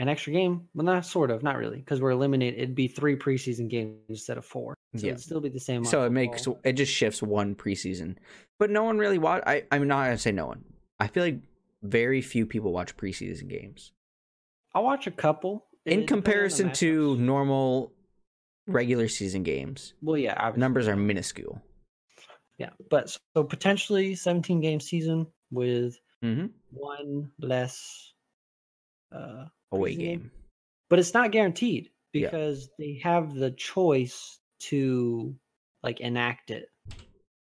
S2: An extra game? Well, not sort of, not really, because we're eliminated. It'd be three preseason games instead of four. So
S1: Yeah.
S2: it'd still be the same. amount
S1: So
S2: of
S1: it makes
S2: football.
S1: it just shifts one preseason, but no one really watch. I I'm not gonna say no one. I feel like very few people watch preseason games
S2: I watch a couple. It
S1: in
S2: depends on the
S1: comparison to
S2: matchups.
S1: normal regular season games.
S2: well, yeah, obviously.
S1: Numbers are minuscule.
S2: Yeah, but so, so potentially 17 game season with
S1: Mm-hmm.
S2: one less uh
S1: Away
S2: Preseason game.
S1: game.
S2: but it's not guaranteed
S1: Yeah.
S2: because they have the choice to like enact it.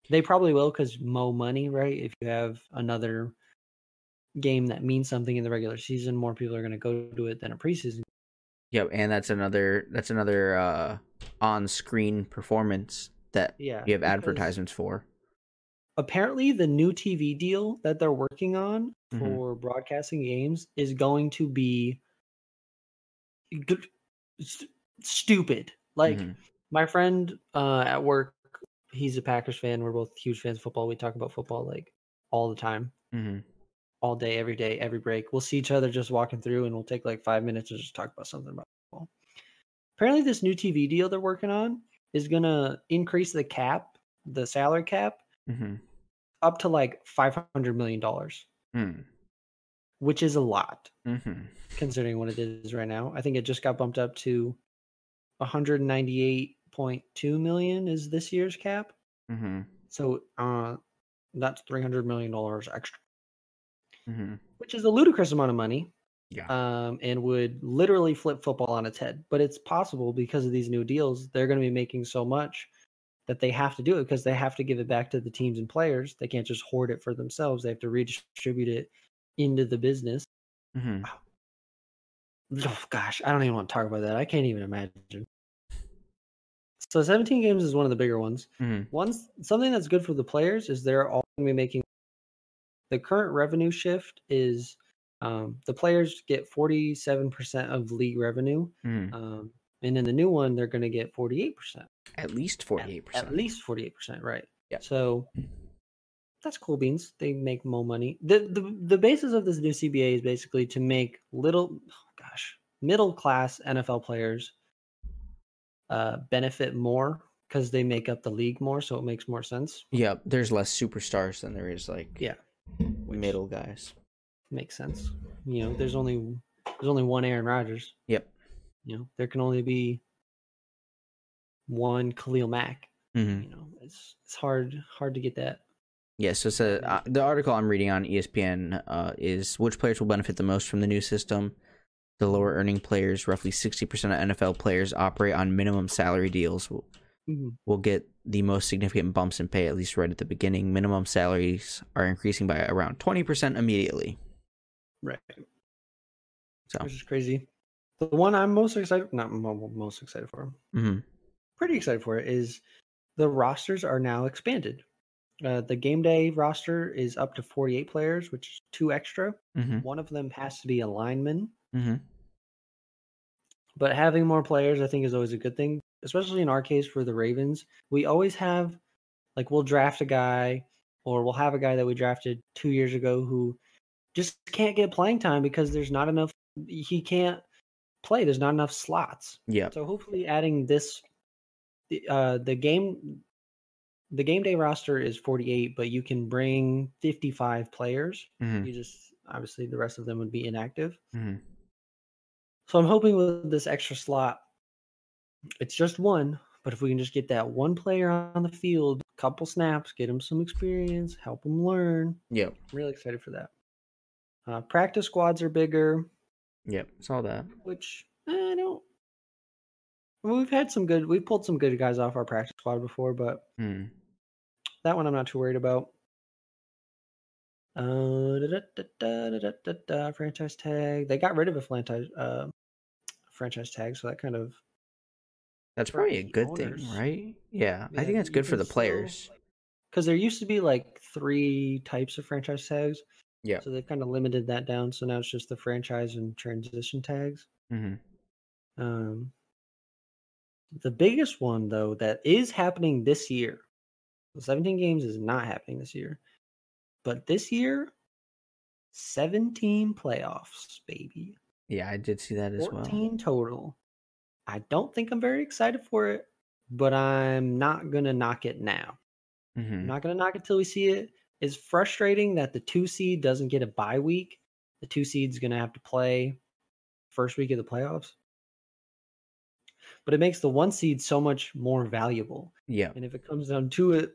S2: They probably will cuz mo money, right? If you have another game that means something in the regular season, more people are going to go to it than a preseason.
S1: Yep, and that's another that's another uh on-screen performance that
S2: Yeah.
S1: you have
S2: because
S1: advertisements for.
S2: Apparently the new TV deal that they're working on
S1: Mhm.
S2: for broadcasting games is going to be g- st- stupid. Like
S1: Mhm.
S2: my friend uh, at work, he's a Packers fan. We're both huge fans of football. We talk about football like all the time,
S1: Mhm.
S2: all day, every day, every break. We'll see each other just walking through, and we'll take like five minutes to just talk about something about football. Apparently, this new TV deal they're working on is gonna increase the cap, the salary cap,
S1: Mhm.
S2: up to like five hundred million dollars,
S1: Mm.
S2: which is a lot
S1: Mhm.
S2: considering what it is right now. I think it just got bumped up to one hundred ninety-eight point two million is this year's cap.
S1: Mhm.
S2: So uh, that's three hundred million dollars extra,
S1: Mhm.
S2: which is a ludicrous amount of money.
S1: Yeah.
S2: Um, and would literally flip football on its head. But it's possible because of these new deals, they're going to be making so much that they have to do it because they have to give it back to the teams and players. They can't just hoard it for themselves. They have to redistribute it into the business.
S1: Mhm.
S2: Oh, gosh, I don't even want to talk about that. I can't even imagine. So 17 games is one of the bigger ones.
S1: Mhm.
S2: One s- something that's good for the players is they're all going to be making the current revenue shift is Um, the players get 47% of league revenue.
S1: Mm.
S2: Um, and in the new one, they're going to get 48%.
S1: At least
S2: At-
S1: forty eight
S2: At
S1: percent.
S2: least 48%, right?
S1: Yeah.
S2: So that's cool beans. They make more money. The, the the basis of this new CBA is basically to make little oh gosh, middle class NFL players uh benefit more cuz they make up the league more, so it makes more sense.
S1: Yeah, there's less superstars than there is like
S2: Yeah.
S1: middle guys.
S2: Makes sense. You know, there's only there's only one Aaron Rodgers,
S1: Yep.
S2: you know. There can only be one Khalil Mack,
S1: hmm
S2: you know. It's it's hard hard to get that
S1: Yeah, so it says, uh, the article I'm reading on ESPN uh, is which players will benefit the most from the new system. The lower earning players, roughly 60% of NFL players operate on minimum salary deals, will,
S2: Mhm.
S1: will get the most significant bumps in pay, at least right at the beginning. Minimum salaries are increasing by around 20% immediately.
S2: right.
S1: So,
S2: Which is crazy. The one I'm most excited not mo- most excited for,
S1: mhm.
S2: pretty excited for it is the rosters are now expanded. Uh, the game day roster is up to 48 players, which is two extra.
S1: Mhm.
S2: One of them has to be a lineman,
S1: Mhm.
S2: but having more players, I think, is always a good thing, especially in our case for the Ravens. We always have, like, we'll draft a guy or we'll have a guy that we drafted two years ago who just can't get playing time because there's not enough, he can't play, there's not enough slots.
S1: Yep.
S2: So hopefully, adding this, the, uh, the game, the game day roster is 48, but you can bring 55 players.
S1: Mhm.
S2: You just obviously the rest of them would be inactive.
S1: Mhm.
S2: So I'm hoping with this extra slot, it's just one. But if we can just get that one player on the field, couple snaps, get him some experience, help him learn.
S1: Yep.
S2: I'm really excited for that. Uh, practice squads are bigger
S1: Yep. Saw that.
S2: which eh, I don't. well, We've had some good. We pulled some good guys off our practice squad before, but
S1: Mm.
S2: that one I'm not too worried about. Uh, da-da-da-da-da-da-da-da, franchise tag. They got rid of a franchise uh, franchise tag, so that kind of
S1: That's
S2: For
S1: probably a
S2: the
S1: good
S2: owners.
S1: thing, right? Yeah. I
S2: Yeah,
S1: think that's
S2: you
S1: good for
S2: can
S1: the
S2: still-
S1: players.
S2: because there used to be like three types of franchise tags,
S1: Yeah.
S2: so they've kind of limited that down. So now it's just the franchise and transition tags.
S1: hmm
S2: Um, the biggest one though that is happening this year. The 17 games is not happening this year. But this year 17 playoffs, baby.
S1: Yeah, I did see that as well.
S2: 14 total. I don't think I'm very excited for it, but I'm not going to knock it now. I'm
S1: hmm
S2: not going to knock it till we see it. It's frustrating that the 2 seed doesn't get a bye week. The 2 seed's going to have to play first week of the playoffs. But it makes the 1 seed so much more valuable.
S1: Yeah.
S2: And if it comes down to it,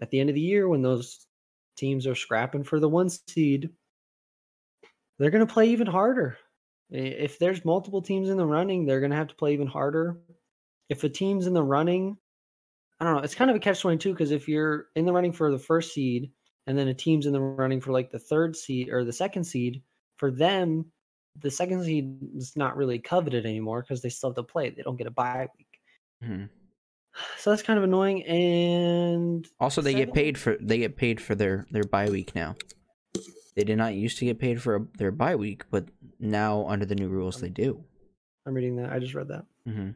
S2: at the end of the year, when those teams are scrapping for the one seed, they're going to play even harder. I- If there's multiple teams in the running, they're going to have to play even harder. If a team's in the running, I don't know. It's kind of a catch 22 because if you're in the running for the first seed and then a team's in the running for like the third seed or the second seed, for them, the second seed is not really coveted anymore because they still have to play. They don't get a bye week.
S1: hmm
S2: So that's kind of annoying. And
S1: Also, they get
S2: Seven-
S1: paid for they get paid for their their bye week now. They did not used to get paid for a, their bye week, but now under the new rules, they do.
S2: I'm reading that. I just read that.
S1: hmm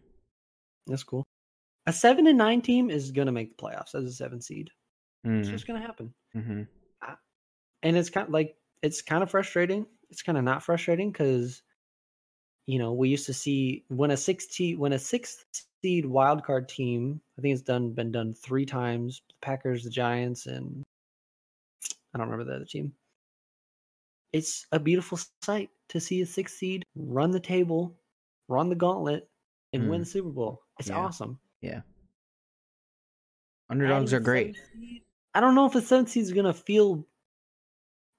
S2: That's cool. A seven and nine team is gonna make the playoffs as a seven seed. It's
S1: Mm-hmm.
S2: just gonna happen.
S1: hmm
S2: And it's kind of like it's kind of frustrating. It's kind of not frustrating because you know we used to see when a six te- when a sixth seed wildcard team. I think it's done been done three times. The Packers, the Giants, and I don't remember the other team. It's a beautiful sight to see a six seed run the table, run the gauntlet, and win
S1: Mm.
S2: the Super Bowl. It's
S1: Yeah.
S2: awesome.
S1: Underdogs
S2: adding
S1: are
S2: a
S1: great.
S2: seventh seed, I don't know if the seventh seed is gonna feel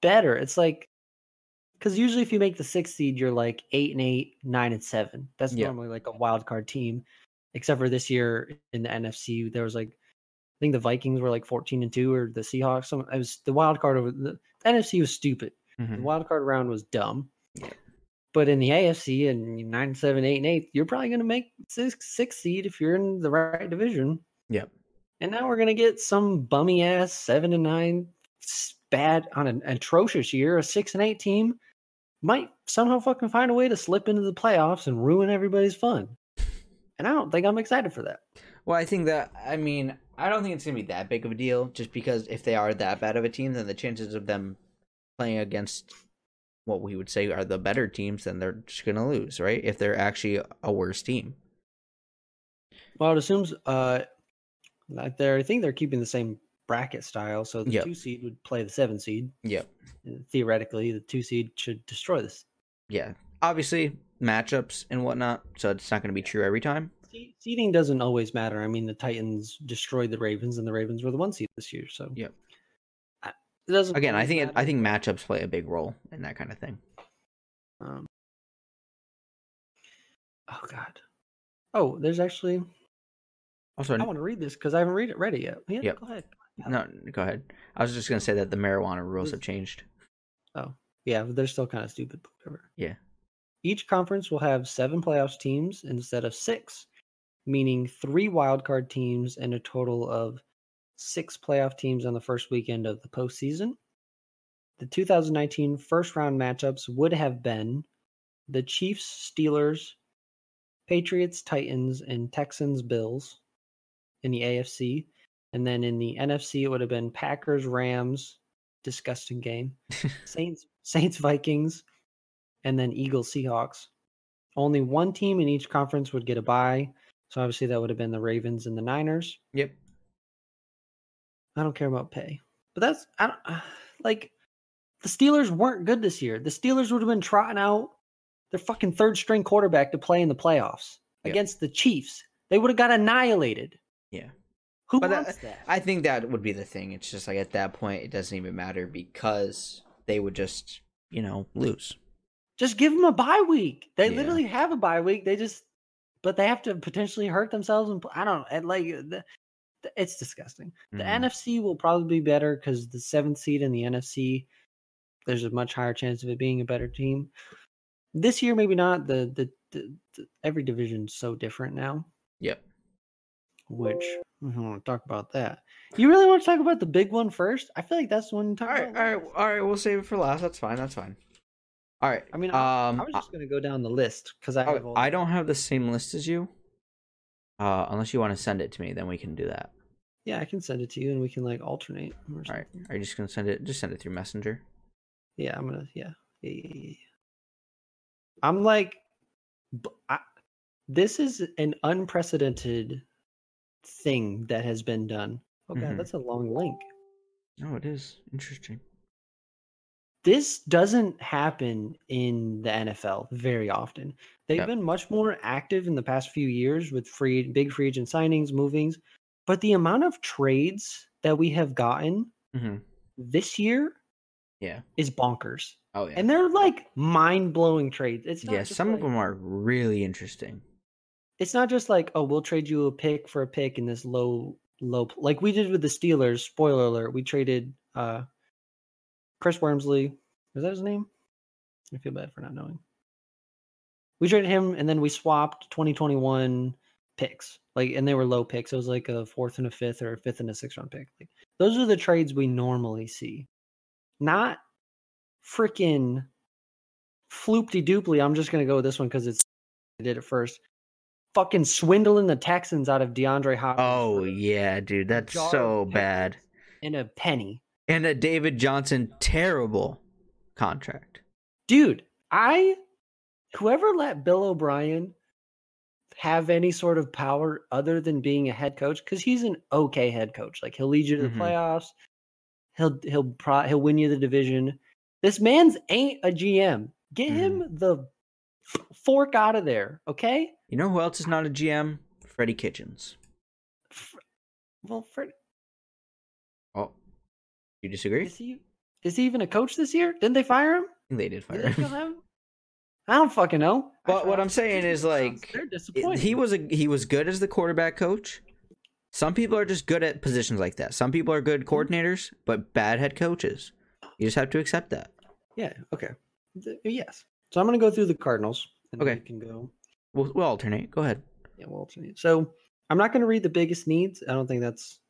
S2: better. It's like because usually if you make the sixth seed, you're like eight and eight, nine and seven. That's
S1: Yeah.
S2: normally like a wild card team. Except for this year in the NFC, there was like I think the Vikings were like fourteen and two, or the Seahawks. Some it was the wild card over the, the NFC was stupid. The
S1: Mhm.
S2: wild card round was dumb.
S1: Yeah.
S2: But in the AFC and nine, seven, eight, and eight, you're probably going to make six, six seed if you're in the right division.
S1: Yep.
S2: And now we're going to get some bummy ass seven and nine s- bad on an atrocious year, a six and eight team might somehow fucking find a way to slip into the playoffs and ruin everybody's fun. And I don't think I'm excited for that.
S1: Well, I think that I mean I don't think it's gonna be that big of a deal. Just because if they are that bad of a team, then the chances of them playing against what we would say are the better teams, then they're just gonna lose, right? If they're actually a worse team.
S2: Well, it assumes uh that they're I think they're keeping the same bracket style, so the
S1: Yep.
S2: two seed would play the seven seed. Uh,
S1: Yep.
S2: Theoretically, the two seed should destroy this.
S1: Yeah. Obviously matchups and whatnot, so it's not gonna be true every time.
S2: Se- Seeding doesn't always matter. I mean, the Titans destroyed the Ravens, and the Ravens were the one seed this year. So
S1: Yep.
S2: I- it doesn't.
S1: Again, I
S2: always
S1: think it,
S2: matter.
S1: I think matchups play a big role in that kind of thing.
S2: Um, oh God. Oh, there's actually.
S1: Also,
S2: I want to read this because I haven't read it read it yet. Yeah,
S1: Yep.
S2: go ahead.
S1: no, go ahead. I was just gonna say that the marijuana rules have changed.
S2: Yeah, but they're still kind of stupid. But whatever.
S1: Yeah.
S2: Each conference will have seven playoffs teams instead of six, meaning three wildcard teams and a total of six playoff teams on the first weekend of the postseason. The 2019 first round matchups would have been the Chiefs, Steelers, Patriots, Titans, and Texans, Bills in the AFC. And then in the NFC, it would have been Packers, Rams, disgusting game, Saints, Saints, Vikings, and then Eagles, Seahawks. Only one team in each conference would get a bye. So obviously that would have been the Ravens and the Niners.
S1: Yep.
S2: I don't care about pay. But that's I don't uh, like the Steelers weren't good this year. The Steelers would have been trotting out their fucking third string quarterback to play in the playoffs
S1: Yeah.
S2: against the Chiefs. They would have got annihilated.
S1: Yeah.
S2: Who
S1: But uh, that-
S2: wants that?
S1: I think that would be the thing. It's just like at that point, it doesn't even matter because they would just, you know, lose.
S2: just give them a bye week. They
S1: Yeah.
S2: literally have a bye week. They just, but they have to potentially hurt themselves. And pl- I don't and like, uh, the, the- it's disgusting.
S1: Mm. Mm-hmm.
S2: The NFC will probably be better because the seventh seed in the NFC, there's a much higher chance of it being a better team. This year, maybe not. The the, the, the every division's so different now.
S1: Yep.
S2: Which I don't want to talk about that. You really want to talk about the big one first? I feel like that's the one. you
S1: All
S2: talk
S1: right, all
S2: about
S1: right,
S2: last.
S1: all right. We'll save it for last. That's fine. That's fine. All right.
S2: I mean, I,
S1: um,
S2: I was just gonna go down the list because I
S1: I,
S2: have all
S1: I don't have the same list as you. Uh, unless you want to send it to me, then we can do that.
S2: Yeah, I can send it to you, and we can like alternate. Or
S1: All right.
S2: something.
S1: Are you just gonna send it? Just send it through Messenger.
S2: Yeah, I'm gonna. Yeah. Yeah, yeah, yeah, yeah. I'm like, b- I, this is an unprecedented thing that has been done. Oh god,
S1: Mhm.
S2: that's a long link.
S1: No, Oh, it is interesting.
S2: This doesn't happen in the NFL very often. They've
S1: Yep.
S2: been much more active in the past few years with free big free agent signings, movings, but the amount of trades that we have gotten
S1: Mm-hmm.
S2: this year
S1: Yeah.
S2: is bonkers.
S1: Oh yeah.
S2: and they're like mind blowing trades. It's not
S1: yeah.
S2: just
S1: Some
S2: like,
S1: of them are really interesting.
S2: It's not just like oh, we'll trade you a pick for a pick in this low low p-" like we did with the Steelers. Spoiler alert: we traded uh Chris Wormsley. Is that his name? I feel bad for not knowing. We traded him, and then we swapped 2021 picks, like, and they were low picks. It was like a fourth and a fifth, or a fifth and a sixth round pick. Like, those are the trades we normally see, not freaking floopty dooply. I'm just gonna go with this one because it's I did it first. Fucking swindling the Texans out of DeAndre Hopkins.
S1: Oh
S2: for a
S1: yeah, dude. That's
S2: jar of
S1: so
S2: pickles
S1: bad.
S2: And a penny.
S1: and a David Johnson terrible contract.
S2: dude i whoever let bill o'brien have any sort of power other than being a head coach because he's an okay head coach like he'll lead you to the
S1: Mhm.
S2: playoffs he'll he'll pro, he'll win you the division this man's ain't a gm get him
S1: Mm-hmm.
S2: the f- fork out of there okay
S1: You know who else is not a GM? Freddie Kitchens.
S2: F- well for
S1: Oh, you disagree? I
S2: is he is he even a coach this year didn't they fire him
S1: think they did
S2: Did
S1: fire (laughs)
S2: they still
S1: him.
S2: have him? (laughs) i don't fucking know I
S1: But what
S2: forgot
S1: I'm
S2: to
S1: saying
S2: see
S1: is,
S2: the Browns.
S1: like,
S2: they're
S1: It-
S2: disappointed
S1: He was a he was good as the quarterback coach. Some people are just good at positions like that. Some people are good
S2: Mm-hmm.
S1: coordinators, but bad head coaches. You just have to accept that.
S2: Yeah. Okay. Th- yes. So I'm going to go through the Cardinals. And then
S1: Okay.
S2: You can go.
S1: We'll, we'll alternate. Go ahead.
S2: Yeah, we'll alternate. So I'm not going to read the biggest needs. I don't think that's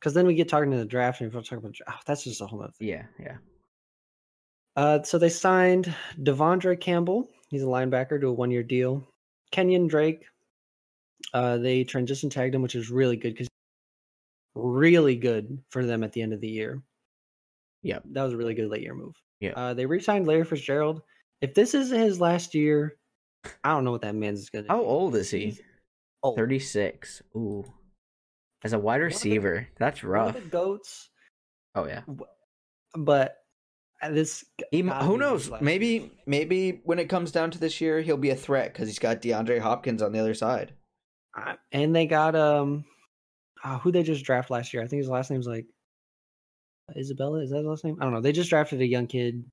S2: because then we get talking to the draft and we'll talk about dra- oh, that's just a whole other thing.
S1: Yeah, yeah.
S2: Uh, so they signed Devondre Campbell. He's a linebacker to a one-year deal. Kenyon Drake. Uh, they transition tagged him, which is really good because really good for them at the end of the year.
S1: Yep.
S2: that was a really good late year move.
S1: Yep.
S2: uh, they re-signed Larry Fitzgerald. If this is his last year, I don't know what that man's gonna.
S1: How
S2: do.
S1: old is he?
S2: He's old.
S1: 36. Ooh. As a wide
S2: One of the-
S1: receiver, that's
S2: One of
S1: rough.
S2: the goats,
S1: Oh yeah.
S2: but uh, this
S1: He, m-
S2: gotta
S1: who
S2: be his
S1: knows?
S2: last year.
S1: Maybe maybe when it comes down to this year, he'll be a threat cuz he's got DeAndre Hopkins on the other side.
S2: I- and they got um uh, who they just drafted last year. I think his last name's like Isabella. Is that his last name? I don't know. They just drafted a young kid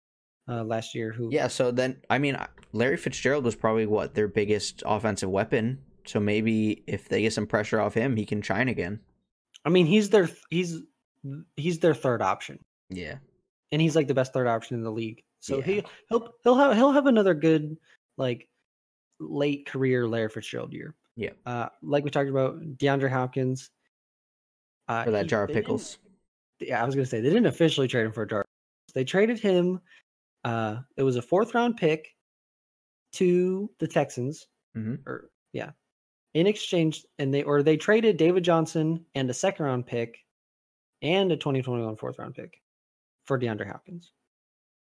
S2: uh, last year who
S1: Yeah, so then I mean Larry Fitzgerald was probably what their biggest offensive weapon. So maybe if they get some pressure off him, he can shine again.
S2: I mean he's their th- he's he's their third option,
S1: Yeah.
S2: and he's like the best third option in the league. So
S1: Yeah.
S2: he he'll he'll have he'll have another good like late career Larry Fitzgerald year.
S1: Yeah.
S2: Uh, like we talked about DeAndre Hopkins. Uh,
S1: Or that
S2: he-
S1: jar of
S2: they didn't-
S1: pickles.
S2: yeah, I was gonna say they didn't officially trade him for a jar. They traded him. Uh, it was a fourth round pick to the Texans,
S1: Mhm.
S2: or yeah, in exchange, and they or they traded David Johnson and a second round pick, and a 2021 fourth round pick for DeAndre Hopkins.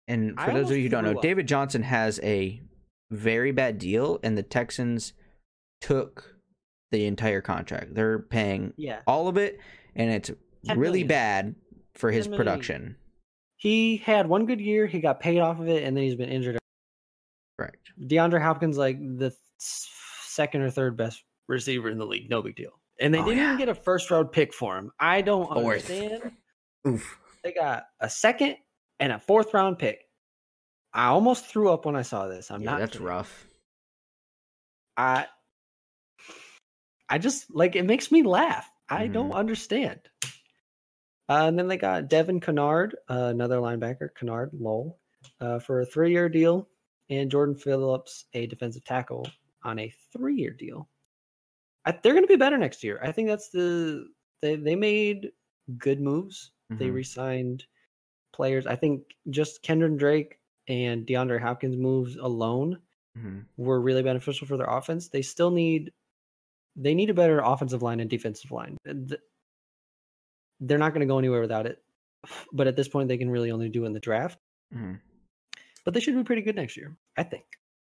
S1: And
S2: I
S1: for those of
S2: almost
S1: you who don't
S2: threw
S1: know,
S2: up.
S1: David Johnson has a very bad deal, and the Texans took the entire contract. They're paying
S2: Yeah,
S1: all of it, and it's
S2: $10
S1: really
S2: million.
S1: bad for his
S2: $10 million.
S1: production.
S2: he had one good year. He got paid off of it, and then he's been injured.
S1: Correct.
S2: DeAndre Hopkins like the th- second or third best receiver in the league. No big deal. And they
S1: Oh,
S2: didn't
S1: yeah.
S2: even get a first round pick for him. I don't
S1: Fourth.
S2: understand.
S1: Oof.
S2: They got a second and a fourth round pick. I almost threw up when I saw this. I'm
S1: yeah,
S2: not.
S1: that's
S2: kidding.
S1: rough.
S2: I I just like it makes me laugh. I don't understand. Uh, and then they got Devin Kennard, uh, another linebacker, Kennard Lowell, uh, for a three-year deal, and Jordan Phillips, a defensive tackle, on a three-year deal. I, they're going to be better next year. I think that's the they they made good moves they
S1: Mhm.
S2: re-signed players. I think just Kendron Drake and DeAndre Hopkins moves alone
S1: Mhm.
S2: were really beneficial for their offense. They still need they need a better offensive line and defensive line. Th- They're not going to go anywhere without it. (sighs) But at this point, they can really only do it in the draft.
S1: Mhm.
S2: But they should be pretty good next year, I think.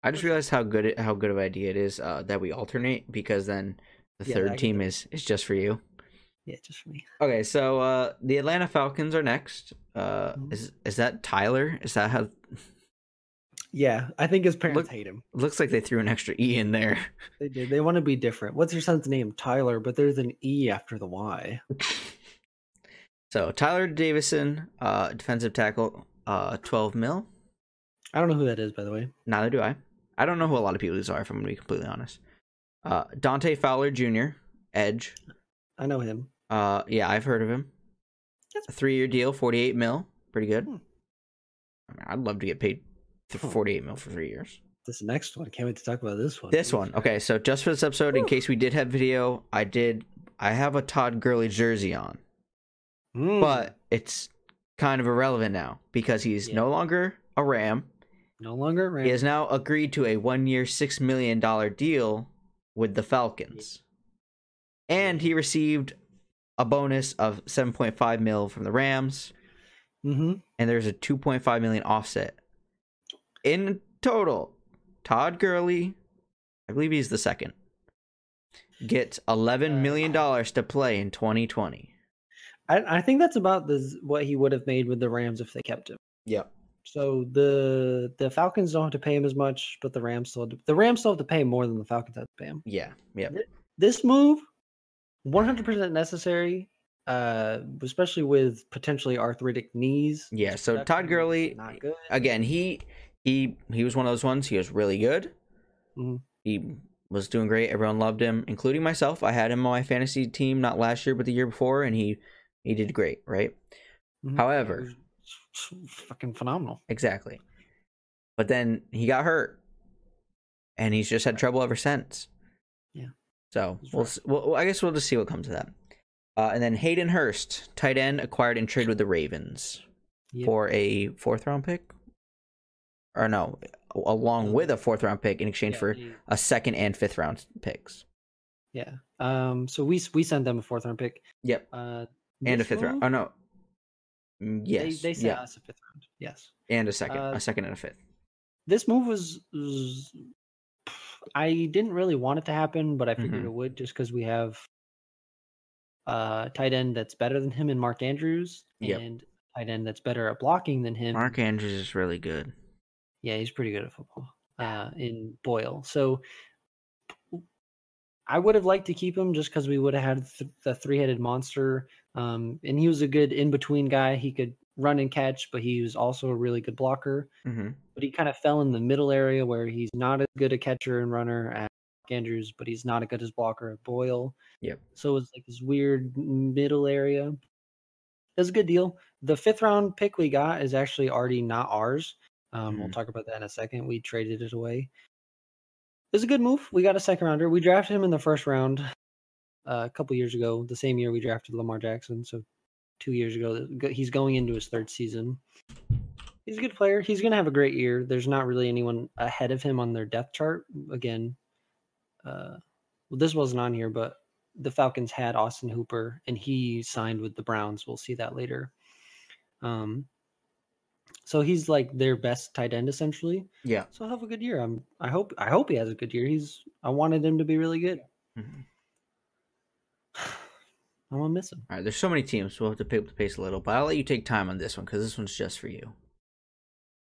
S1: I just realized how good it, how good of an idea it is uh, that we alternate because then the
S2: Yeah, I
S1: third
S2: get
S1: team
S2: that.
S1: is is just for you.
S2: Yeah, just for me.
S1: Okay, so uh, the Atlanta Falcons are next. Uh,
S2: Mhm.
S1: is is that Tyler? Is that how?
S2: Yeah, I think his parents
S1: Look-
S2: hate him.
S1: Looks like they threw an extra e in there. (laughs)
S2: They did. They want to be different. What's your son's name? Tyler, but there's an E after the Y.
S1: So Tyler Davison, uh, defensive tackle, uh, twelve mil.
S2: I don't know who that is, by the way.
S1: Neither do I. I don't know who a lot of people these are. If I'm gonna be completely honest, uh, Dante Fowler Jr. Edge.
S2: I know him.
S1: Uh, yeah, I've heard of him.
S2: That's-
S1: A three-year deal, forty-eight mil, pretty good.
S2: Hmm.
S1: I mean, I'd love to get paid th-
S2: Huh.
S1: forty-eight mil for three years.
S2: This next one. Can't wait to talk about this one.
S1: This one, okay. So just for this episode, in
S2: Whew.
S1: case we did have video, I did. I have a Todd Gurley jersey on.
S2: Mm,
S1: but it's kind of irrelevant now because he's
S2: Yeah.
S1: no longer a Ram.
S2: no longer Ram.
S1: He has now agreed to a one-year, six million dollar deal with the Falcons, and he received a bonus of seven point five mil from the Rams,
S2: hmm
S1: and there's a two point five million offset. In total, Todd Gurley, I believe he's the second, gets eleven million dollars to play in twenty twenty.
S2: I, I think that's about the z- what he would have made with the Rams if they kept him.
S1: Yep.
S2: So the the Falcons don't have to pay him as much, but the Rams still have to, the Rams still have to pay more than the Falcons have to pay him.
S1: Yeah. Yep.
S2: This move, one hundred percent necessary, uh, especially with potentially arthritic knees.
S1: Yeah,
S2: His
S1: so Todd
S2: production was
S1: Gurley- uh,
S2: not good.
S1: again he he he was one of those ones he was really good
S2: Mhm.
S1: he was doing great everyone loved him including myself i had him on my fantasy team not last year but the year before and he he did great right
S2: Mhm.
S1: however-
S2: He was fucking phenomenal.
S1: exactly but then he got hurt and he's just had trouble ever since
S2: Yeah.
S1: so
S2: That's
S1: we'll,
S2: right.
S1: s- we'll i guess we'll just see what comes of that uh, and then hayden hurst tight end acquired in trade with the ravens
S2: Yep.
S1: for a fourth round pick or no, along with a fourth round pick in exchange
S2: Yeah,
S1: for
S2: you-
S1: a second and fifth round picks.
S2: yeah. Um. So we s- we sent them a fourth round pick.
S1: Yep,
S2: Uh.
S1: and a
S2: this
S1: fifth round. Oh
S2: one?
S1: no, Mm, yes,
S2: They, they sent
S1: yeah,
S2: us a fifth round. Yes.
S1: and a second,
S2: uh,
S1: a second and a fifth.
S2: This move was, was- I didn't really want it to happen, but I figured
S1: Mhm.
S2: it would just because we have a tight end that's better than him in Mark Andrews
S1: Yep.
S2: and a tight end that's better at blocking than him.
S1: Mark Andrews is really good.
S2: Yeah, he's pretty good at football. Uh, in Boyle, so I would have liked to keep him just because we would have had th- the three-headed monster, um, and he was a good in-between guy. He could run and catch, but he was also a really good blocker.
S1: Mm-hmm.
S2: But he kind of fell in the middle area where he's not as good a catcher and runner at Andrews, but he's not as good as blocker at Boyle.
S1: Yep.
S2: So it was like this weird middle area. It was a good deal. The fifth round pick we got is actually already not ours. Um, We'll
S1: Mhm.
S2: talk about that in a second. We traded it away. It was a good move. We got a second rounder. We drafted him in the first round uh, a couple years ago, the same year we drafted Lamar Jackson. So two years ago, th- he's going into his third season. He's a good player. He's going to have a great year. There's not really anyone ahead of him on their depth chart. Again, uh, well, this wasn't on here, but the Falcons had Austin Hooper, and he signed with the Browns. We'll see that later. Um, so he's like their best tight end essentially.
S1: Yeah.
S2: So have a good year. I'm. I hope. I hope he has a good year. He's. I wanted him to be really good. (sighs)
S1: Mhm.
S2: I'm gonna miss him.
S1: All right, there's so many teams. We'll have to pick up the pace a little, but I'll let you take time on this one because this one's just for you.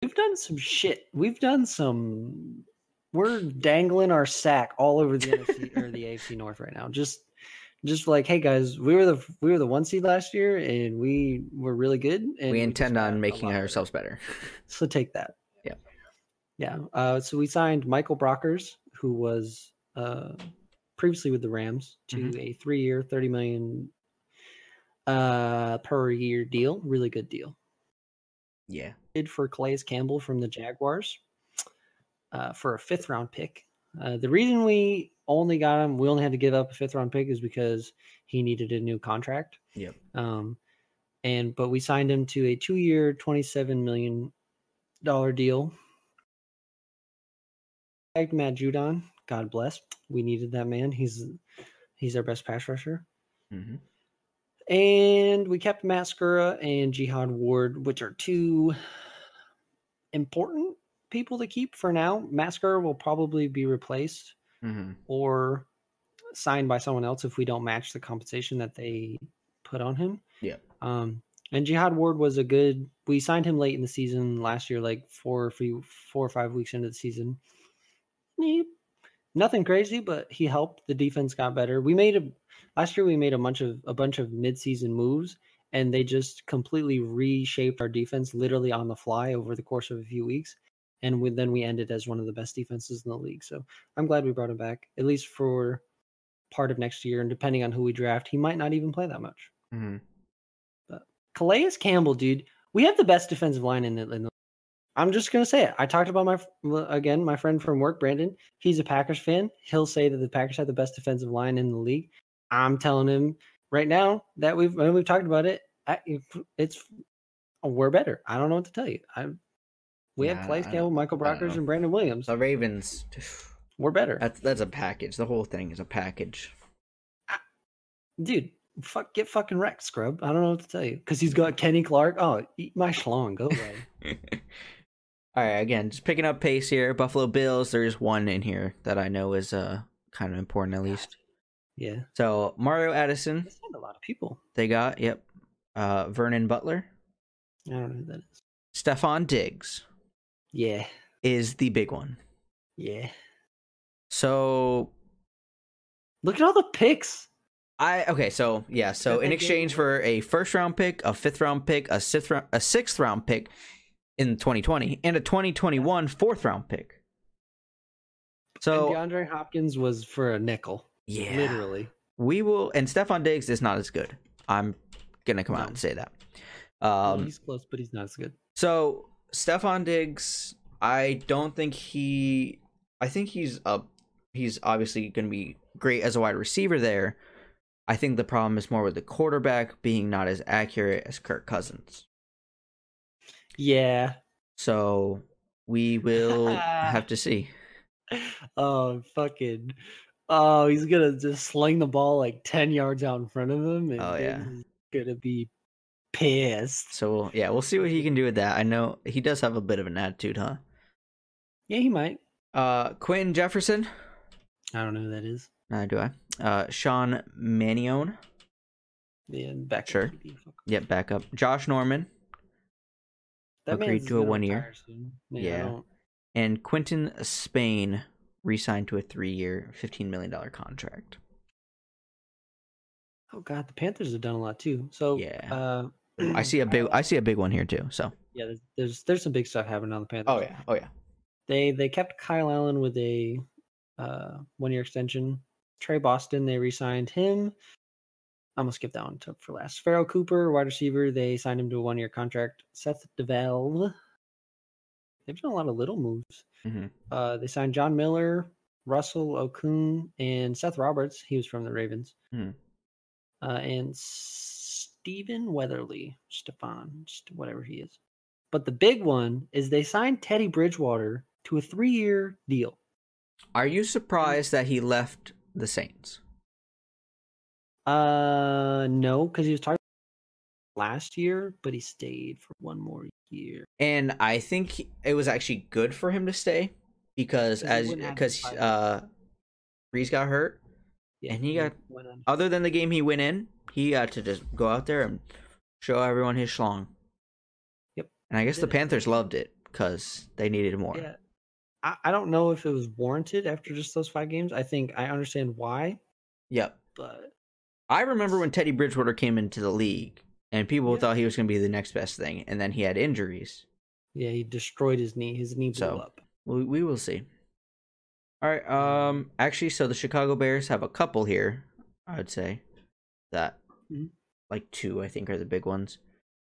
S2: We've done some shit. We've done some. We're dangling our sack all over the NFC or
S1: (laughs)
S2: the AFC North right now. Just, just like, hey guys, we were the we were the one seed last year, and we were really good. And
S1: we
S2: just
S1: intend
S2: got
S1: on
S2: a
S1: making
S2: lot better.
S1: ourselves better.
S2: So take that.
S1: Yeah.
S2: Yeah. Uh, so we signed Michael Brockers, who was uh, previously with the Rams, to
S1: Mhm.
S2: a three-year, thirty million uh, per year deal. Really good deal
S1: Yeah.
S2: traded for Clay's Campbell from the Jaguars uh, for a fifth round pick. Uh, the reason we only got him, we only had to give up a fifth round pick, is because he needed a new contract.
S1: Yep.
S2: Um, and but we signed him to a two year, twenty seven million dollar deal. Tagged Matt Judon, God bless. We needed that man. He's he's our best pass rusher.
S1: hmm
S2: And we kept Mascara and Jihad Ward, which are two important people to keep for now. Mascara will probably be replaced
S1: hmm
S2: or signed by someone else if we don't match the compensation that they put on him.
S1: Yeah.
S2: Um, and Jihad Ward was a good. We signed him late in the season last year, like four, or few, four or five weeks into the season. He, nothing crazy, but he helped. The defense got better. We made a last year. We made a bunch of a bunch of midseason moves, and they just completely reshaped our defense, literally on the fly over the course of a few weeks. And we, then we ended as one of the best defenses in the league. So I'm glad we brought him back, at least for part of next year. And depending on who we draft, he might not even play that much.
S1: hmm
S2: Calais Campbell, dude, we have the best defensive line in the. In the I'm just gonna say it. I talked about my f- well, again my friend from work, Brandon. He's a Packers fan. He'll say that the Packers have the best defensive line in the league. I'm telling him right now that we've and we've talked about it. I, it's we're better. I don't know what to tell you. I we
S1: Nah,
S2: have Calais
S1: I don't-
S2: Campbell, Michael
S1: I don't
S2: Brockers,
S1: know.
S2: and Brandon Williams.
S1: The Ravens.
S2: We're better,
S1: That's that's a package. The whole thing is a (laughs) package.
S2: dude. Fuck, get fucking wrecked, scrub. I don't know what to tell you because he's got Kenny Clark. Oh, eat my schlong. Go away.
S1: (laughs) All right, again, just picking up pace here. Buffalo Bills. There is one in here that I know is uh kind of important at least.
S2: yeah,
S1: So Mario Addison,
S2: they signed a lot of people.
S1: they got yep. Uh, Vernon Butler,
S2: I don't know who that is.
S1: Stefan Diggs
S2: Yeah,
S1: is the big one.
S2: yeah.
S1: So
S2: Look at all the picks.
S1: I okay, so yeah, so
S2: That
S1: in
S2: they gave
S1: exchange
S2: away.
S1: for a first round pick, a fifth round pick, a sixth round, a sixth round pick in 2020, and a 2021 fourth round pick. So
S2: and DeAndre Hopkins was for a nickel,
S1: yeah,
S2: literally.
S1: we will. And Stefan Diggs is not as good. I'm gonna come out
S2: No.
S1: and say that.
S2: Well,
S1: Um,
S2: he's close, but he's not as good.
S1: so Stefan Diggs, I don't think he. I think he's up. He's obviously gonna be great as a wide receiver there. I think the problem is more with the quarterback being not as accurate as Kirk Cousins.
S2: Yeah,
S1: So We will have to see.
S2: (laughs) Oh, fucking. Oh, he's going to just sling the ball like 10 yards out in front of him. And
S1: Oh, yeah.
S2: Going to be pissed.
S1: So we'll, yeah, we'll see what he can do with that. I know he does have a bit of an attitude, huh?
S2: Yeah, he might.
S1: Uh, Quentin Jefferson.
S2: I don't know who that is.
S1: Neither do I. Uh, Sean Manion.
S2: Yeah, back to
S1: Sure.
S2: TD. Fuck.
S1: Yep, back up. Josh Norman
S2: That
S1: Agreed
S2: man's
S1: to a
S2: gonna
S1: one year.
S2: retire soon. Yeah. I
S1: Yeah.
S2: don't-
S1: and Quentin Spain re-signed to a three-year, fifteen million dollar contract.
S2: Oh God, the Panthers have done a lot too. So
S1: Yeah.
S2: uh, (clears throat)
S1: I see a big. I see a big one here too. So.
S2: yeah. There's, there's there's some big stuff happening on the Panthers.
S1: Oh yeah.
S2: They they kept Kyle Allen with a uh, one year extension. Trey Boston they re-signed him. I'm gonna skip that one to, for last. Farrell Cooper, wide receiver, they signed him to a one year contract. Seth DeVell. They've done a lot of little moves.
S1: Mhm.
S2: Uh, they signed John Miller, Russell Okung, and Seth Roberts. He was from the Ravens.
S1: Hmm.
S2: Uh, and Stephen Weatherly, Stefan, St- whatever he is. But the big one is they signed Teddy Bridgewater to a three year deal.
S1: Are you surprised that he left the Saints?
S2: Uh, no, because he was talking last year, but he stayed for one more year.
S1: and I think he- it was actually good for him to stay because
S2: 'Cause he
S1: as
S2: wouldn't have
S1: because
S2: to fight.
S1: uh, Breeze got hurt.
S2: Yeah,
S1: And he got-
S2: went on.
S1: Other than the game he went in, he got to just go out there and show everyone his schlong.
S2: Yep.
S1: And I guess the
S2: Did it.
S1: Panthers loved it because they needed more.
S2: Yeah. I, I don't know if it was warranted after just those five games. I think I understand why,
S1: Yep.
S2: but
S1: I remember when Teddy Bridgewater came into the league and people
S2: Yeah.
S1: thought he was going to be the next best thing, and then he had injuries.
S2: yeah, he destroyed his knee. His knee blew
S1: So,
S2: up.
S1: We, we will see. All right. Um. Actually, so the Chicago Bears have a couple here. I would say that,
S2: Mhm.
S1: like two, I think, are the big ones.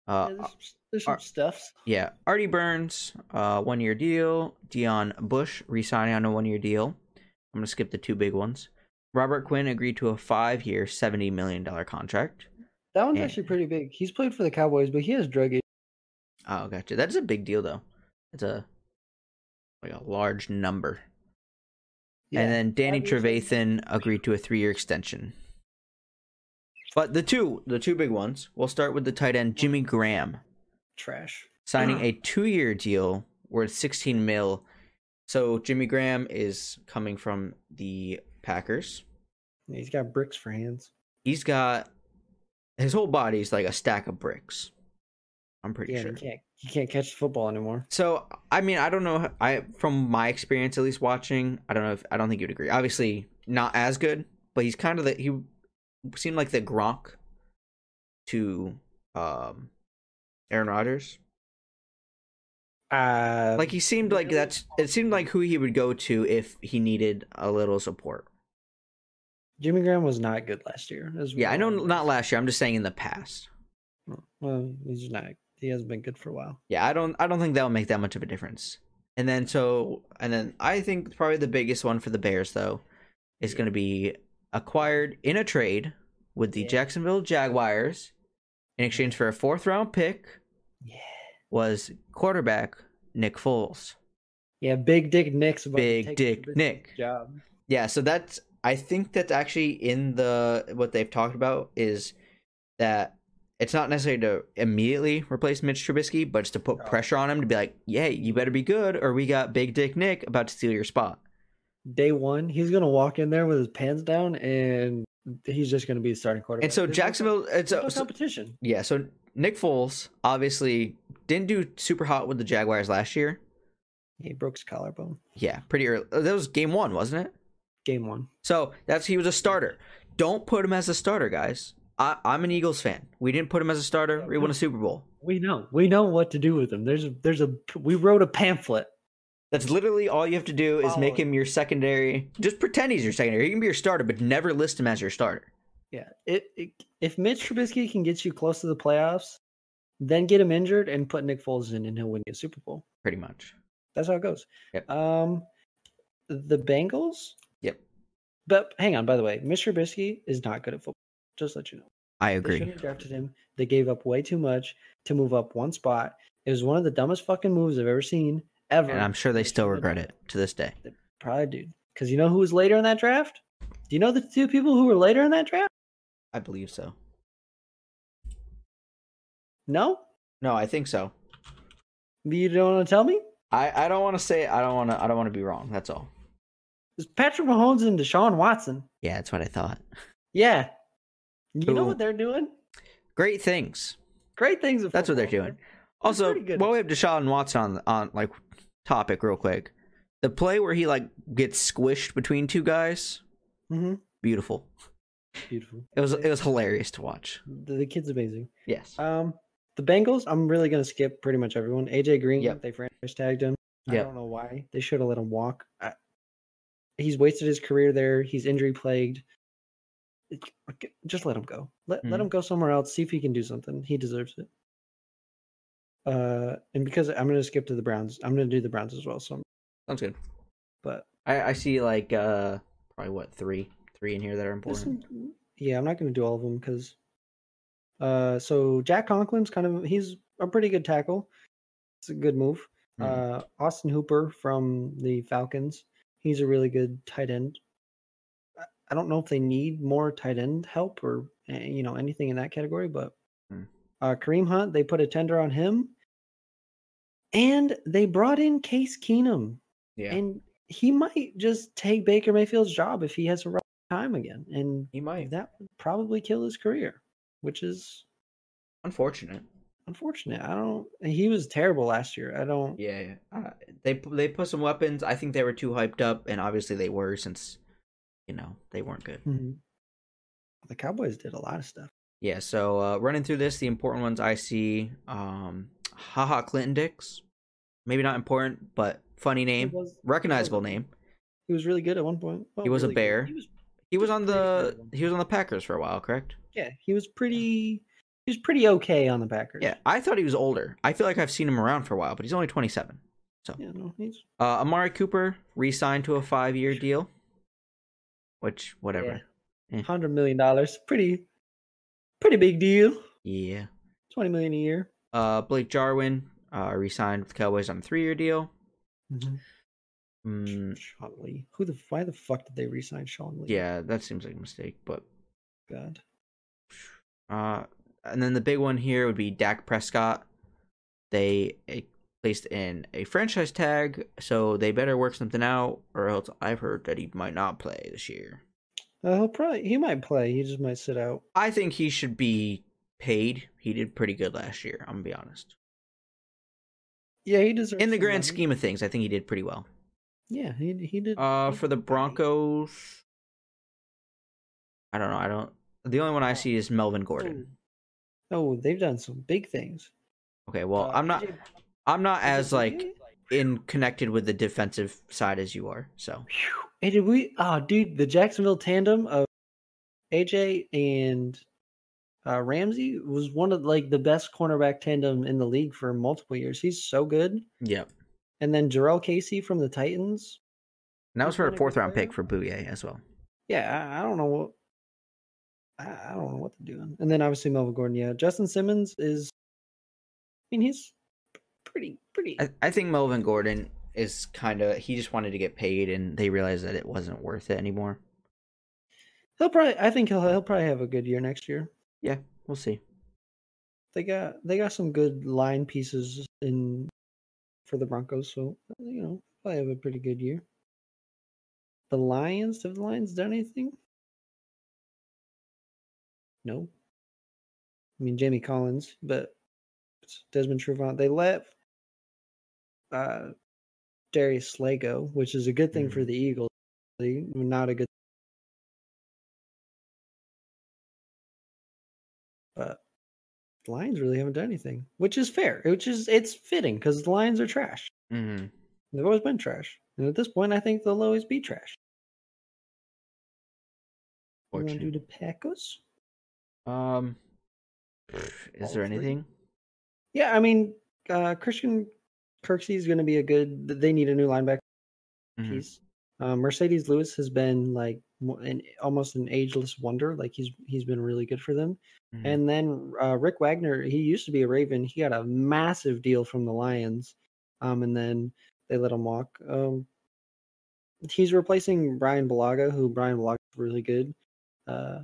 S1: Uh.
S2: yeah,
S1: uh,
S2: there's, there's some
S1: are-
S2: stuffs.
S1: Yeah. Artie Burns, uh, one year deal. Dion Bush re-signing on a one year deal. I'm gonna skip the two big ones. Robert Quinn agreed to a five year, seventy million dollar contract.
S2: That one's
S1: Yeah.
S2: actually pretty big. He's played for the Cowboys, but he has drug issues.
S1: Oh, gotcha. That is a big deal, though. It's a like a large number.
S2: Yeah.
S1: and then Danny
S2: five years is-
S1: Trevathan agreed to a three-year extension. But the two, the two big ones. We'll start with the tight end Jimmy Graham
S2: trash.
S1: signing (gasps) a two-year deal worth 16 mil. So Jimmy Graham is coming from the Packers.
S2: Yeah, He's got bricks for hands.
S1: He's got his whole body's like a stack of bricks. I'm pretty
S2: Yeah,
S1: sure.
S2: and he can't he can't catch the football anymore.
S1: So I mean I don't know I from my experience at least watching I don't know if I don't think you'd agree obviously not as good but he's kind of the he seemed like the Gronk to um Aaron Rodgers
S2: Uh,
S1: like he seemed like that's it seemed like who he would go to if he needed a little support
S2: Jimmy Graham was not good last year. as
S1: yeah I know
S2: well.
S1: not last year I'm just saying in the past
S2: Well, he's just not. He hasn't been good for a while.
S1: yeah I don't I don't think that would make that much of a difference and then so and then I think probably the biggest one for the Bears though is going to be acquired in a trade with the
S2: Yeah.
S1: Jacksonville Jaguars in exchange for a fourth round pick
S2: Yeah.
S1: was quarterback Nick Foles.
S2: Yeah, Big Dick Nick's about to
S1: Big
S2: take
S1: Dick
S2: Trubisky's
S1: Nick.
S2: job.
S1: Yeah, so that's I think that's actually in the what they've talked about is that it's not necessarily to immediately replace Mitch Trubisky, but it's to put
S2: No.
S1: pressure on him to be like, "Yeah, you better be good, or we got Big Dick Nick about to steal your spot."
S2: Day one, he's gonna walk in there with his pants down, and he's just gonna be the starting quarterback.
S1: And so
S2: There's no co-
S1: Jacksonville, it's
S2: there's no
S1: a, so-
S2: competition.
S1: Yeah, so Nick Foles obviously didn't do super hot with the Jaguars last year.
S2: He broke his collarbone.
S1: Yeah, pretty early. uh, That was game one, wasn't it?
S2: Game one.
S1: So that's he was a starter. Don't put him as a starter, guys. I, I'm an Eagles fan. We didn't put him as a starter. We won a Super Bowl.
S2: We know. We know what to do with him. There's a. There's a. We wrote a pamphlet.
S1: That's literally all you have to do is make
S2: Follow
S1: him your secondary. Just pretend he's your secondary. He can be your starter, but never list him as your starter.
S2: Yeah. It, it, if Mitch Trubisky can get you close to the playoffs, then get him injured and put Nick Foles in, and he'll win you a Super Bowl.
S1: Pretty much.
S2: That's how it goes.
S1: Yep.
S2: Um, the Bengals.
S1: Yep.
S2: But hang on. By the way, Mitch Trubisky is not good at football. Just let you know.
S1: I
S2: They
S1: agree.
S2: shouldn't have drafted him. They gave up way too much to move up one spot. It was one of the dumbest fucking moves I've ever seen. ever.
S1: and I'm sure they still regret it to this day.
S2: Probably, dude. Because you know who was later in that draft? Do you know the two people who were later in that draft?
S1: I believe so.
S2: No,
S1: No, I think so.
S2: you don't want to tell me.
S1: I, I don't want to say I don't want to I don't want to be wrong. That's all.
S2: It's Patrick Mahomes and Deshaun Watson.
S1: Yeah, that's what I thought.
S2: Yeah, you know
S1: Who-
S2: what they're doing.
S1: Great things.
S2: Great things. in
S1: That's what they're
S2: football,
S1: doing.
S2: man.
S1: Also,
S2: pretty good.
S1: while we have Deshaun Watson on on like topic real quick, the play where he like gets squished between two guys,
S2: Mhm.
S1: beautiful.
S2: Mm-hmm. Beautiful.
S1: It was it was hilarious to watch.
S2: The, the kid's amazing.
S1: Yes.
S2: Um, the Bengals. I'm really gonna skip pretty much everyone. AJ Green.
S1: Yep.
S2: They franchise tagged him. I
S1: Yep.
S2: don't know why they should have let him walk. I, he's wasted his career there. He's injury plagued. It- g- Just let him go. Let let him go somewhere else. See if he can do something. He deserves it. Uh, and because I'm gonna skip to the Browns, I'm gonna do the Browns as well. So, I'm-
S1: Sounds good.
S2: but
S1: I, I see like uh probably what three three in here that are
S2: there's
S1: important.
S2: some- yeah, I'm not gonna do all of them because. Uh, so Jack Conklin's kind of he's a pretty good tackle. It's a good move.
S1: Mhm.
S2: Uh, Austin Hooper from the Falcons. He's a really good tight end. I- I don't know if they need more tight end help or eh, you know anything in that category, but
S1: Mm.
S2: uh, Kareem Hunt they put a tender on him, and they brought in Case Keenum,
S1: yeah,
S2: and he might just take Baker Mayfield's job if he has a rough time again, and
S1: he might.
S2: that would probably kill his career, which is
S1: Unfortunate.
S2: unfortunate. I don't. He was terrible last year. I don't.
S1: Yeah, yeah. Uh, they pu- they put some weapons. I think they were too hyped up, and obviously they were since you know they weren't good.
S2: Mhm. The Cowboys did a lot of stuff.
S1: Yeah. So uh, running through this, the important ones I see. Um, haha, Clinton Dix. Maybe not important, but funny
S2: He
S1: name,
S2: was,
S1: recognizable name.
S2: he was really good at one point. Well,
S1: was a
S2: really good.
S1: bear.
S2: He was,
S1: He was on
S2: Pretty
S1: the
S2: terrible.
S1: he was on the Packers for a while, correct?
S2: yeah, he was pretty. He was pretty okay on the Packers.
S1: Yeah. I thought he was older. I feel like I've seen him around for a while, but he's only twenty seven.
S2: Yeah, no, he's
S1: Uh, Amari Cooper re-signed to a five-year deal, which whatever. Eh.
S2: hundred million dollars. Pretty, pretty big deal.
S1: Yeah.
S2: Twenty million a year.
S1: Uh, Blake Jarwin uh, re-signed with Cowboys on a three-year deal. Mm-hmm. Mm,
S2: Sean Lee. Who the? Why the fuck did they resign Sean Lee?
S1: yeah, that seems like a mistake, but
S2: God.
S1: uh, and then the big one here would be Dak Prescott. They eh, placed in a franchise tag, so they better work something out, or else I've heard that he might not play this year.
S2: Uh, he'll probably. He might play. He just might sit out.
S1: I think he should be paid. He did pretty good last year. I'm gonna be honest.
S2: Yeah, he deserves.
S1: In the
S2: some
S1: grand
S2: money.
S1: scheme of things, I think he did pretty well.
S2: Yeah, he he did.
S1: Uh,
S2: he
S1: for the
S2: did alright.
S1: Broncos, I don't know. I don't. The only one I
S2: Oh.
S1: see is Melvin Gordon.
S2: Oh, they've done some big things.
S1: Okay, well,
S2: Uh,
S1: I'm not.
S2: AJ
S1: I'm not
S2: Is it
S1: as like
S2: Bouye?
S1: in connected with the defensive side as you are. So
S2: Phew. Hey, did we? Oh, dude, the Jacksonville tandem of AJ and uh, Ramsey was one of like the best cornerback tandem in the league for multiple years. He's so good.
S1: yeah, and
S2: And then Jarrell Casey from the Titans.
S1: that was
S2: He's
S1: for
S2: been
S1: a
S2: a good
S1: fourth round
S2: player.
S1: pick for Bouye as well.
S2: Yeah, I, I don't know what. I, I don't know what they're doing. And then obviously Melvin Gordon. Yeah, Justin Simmons is. I mean, he's pretty pretty.
S1: I, I think Melvin Gordon is kind of he just wanted to get paid, and they realized that it wasn't worth it anymore.
S2: He'll probably. I think he'll he'll probably have a good year next year.
S1: We'll see.
S2: they got they got some good line pieces in for the Broncos, so you know probably have a pretty good year. The Lions have the Lions done anything? No. I mean Jamie Collins, but it's Desmond Trufant they let uh, Darius Slay go, which is a good thing for
S1: Mhm.
S2: the Eagles. They- Not a good, but the Lions really haven't done anything, which is fair. Which is it's fitting because the Lions are trash.
S1: Mm-hmm.
S2: They've always been trash, and at this point, I think they'll always be trash. You want to do the Packers?
S1: Um, is
S2: All
S1: there
S2: three?
S1: anything?
S2: Yeah, I mean uh, Christian Kirksey is going to be a good. They need a new linebacker
S1: Mhm.
S2: piece. Um, Mercedes Lewis has been like mo- an almost an ageless wonder. Like he's he's been really good for them.
S1: Mhm.
S2: And then uh, Rick Wagner, he used to be a Raven. He got a massive deal from the Lions, um, and then they let him walk. Um, he's replacing Brian Balaga, who Brian Balaga is really good. Uh,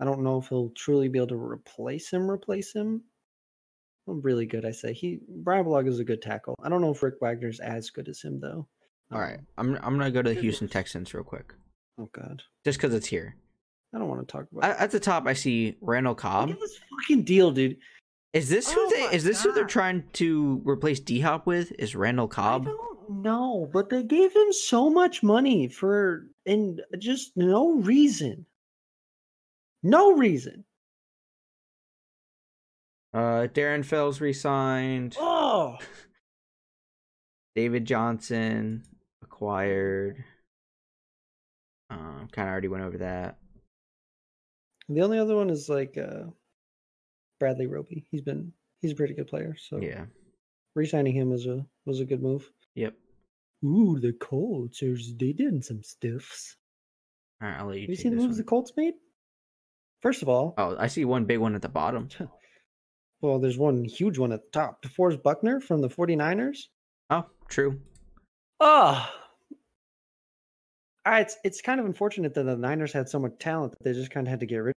S2: I don't know if he'll truly be able to replace him. Replace him. Well, really good, I say. He Brian Balaga is a good tackle. I don't know if Rick Wagner's as good as him though.
S1: All right,
S2: um,
S1: I'm I'm gonna go to the Houston Texans real quick,
S2: Oh God,
S1: just because it's here.
S2: I don't want to talk about.
S1: At, at the top, I um see Randall
S2: Look
S1: Cobb.
S2: at this fucking deal, dude.
S1: Is this who
S2: Oh my
S1: they? Is this who they're
S2: God.
S1: trying to replace D Hop with? Is Randall Cobb?
S2: I don't know, but they gave him so much money for and just no reason. No reason.
S1: Uh, Darren Fells resigned.
S2: Oh,
S1: David Johnson acquired.
S2: Mm-hmm.
S1: Um, kind of already went over that.
S2: the only other one is like uh Bradley Roby. He's been he's a pretty good player, so
S1: Yeah.
S2: re-signing him was a was a good move.
S1: Yep.
S2: Ooh, the Colts there's- they did some stiffs.
S1: All right, I'll let you.
S2: Have you
S1: take
S2: seen the
S1: this
S2: moves the
S1: one.
S2: Colts made? First of all,
S1: Oh, I see one big one at the bottom.
S2: Oh. (laughs) well, there's one huge one at the top. DeForest Buckner from the 49ers.
S1: Oh, true.
S2: Oh. It's it's kind of unfortunate that the Niners had so much talent that they just kind of had to get rid.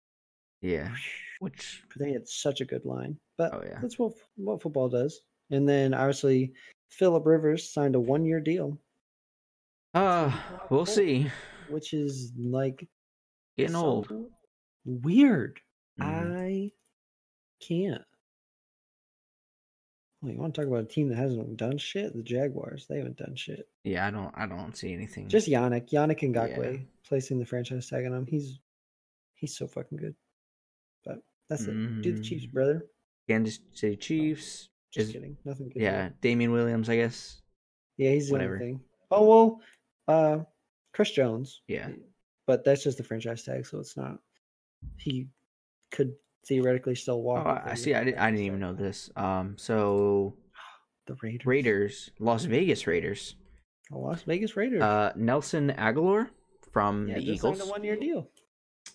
S1: Yeah. Which
S2: But they had such a good line, but
S1: Oh, yeah.
S2: that's what f- what football does. And then obviously, Philip Rivers signed a one year deal,
S1: uh, we'll see.
S2: which is like
S1: Getting
S2: so
S1: old.
S2: weird.
S1: Mhm.
S2: I can't. Well, you want to talk about a team that hasn't done shit? The Jaguars, they haven't done shit.
S1: Yeah, I don't. I don't see anything.
S2: Just Yannick, Yannick Ngakwe
S1: Mm-hmm. Yeah.
S2: placing the franchise tag on him. He's he's so fucking good. But that's it. Do the Chiefs,
S1: Mm.
S2: brother.
S1: Kansas City Chiefs.
S2: Just
S1: Is-
S2: kidding. Nothing good. here.
S1: Yeah, Damian Williams, I guess.
S2: Yeah, he's the
S1: whatever.
S2: only thing. Oh well, uh Chris Jones.
S1: Yeah.
S2: But that's just the franchise tag, so it's not he could theoretically still
S1: Oh,
S2: walk. if
S1: I
S2: they
S1: I
S2: did
S1: see.
S2: the
S1: I didn't, I didn't
S2: franchise
S1: even
S2: tag.
S1: know this. Um, so
S2: The Raiders.
S1: Raiders, Las Vegas Raiders.
S2: The Las Vegas Raiders.
S1: Uh, Nelson Aguilar from
S2: yeah,
S1: the
S2: just signed
S1: Eagles.
S2: a one year deal.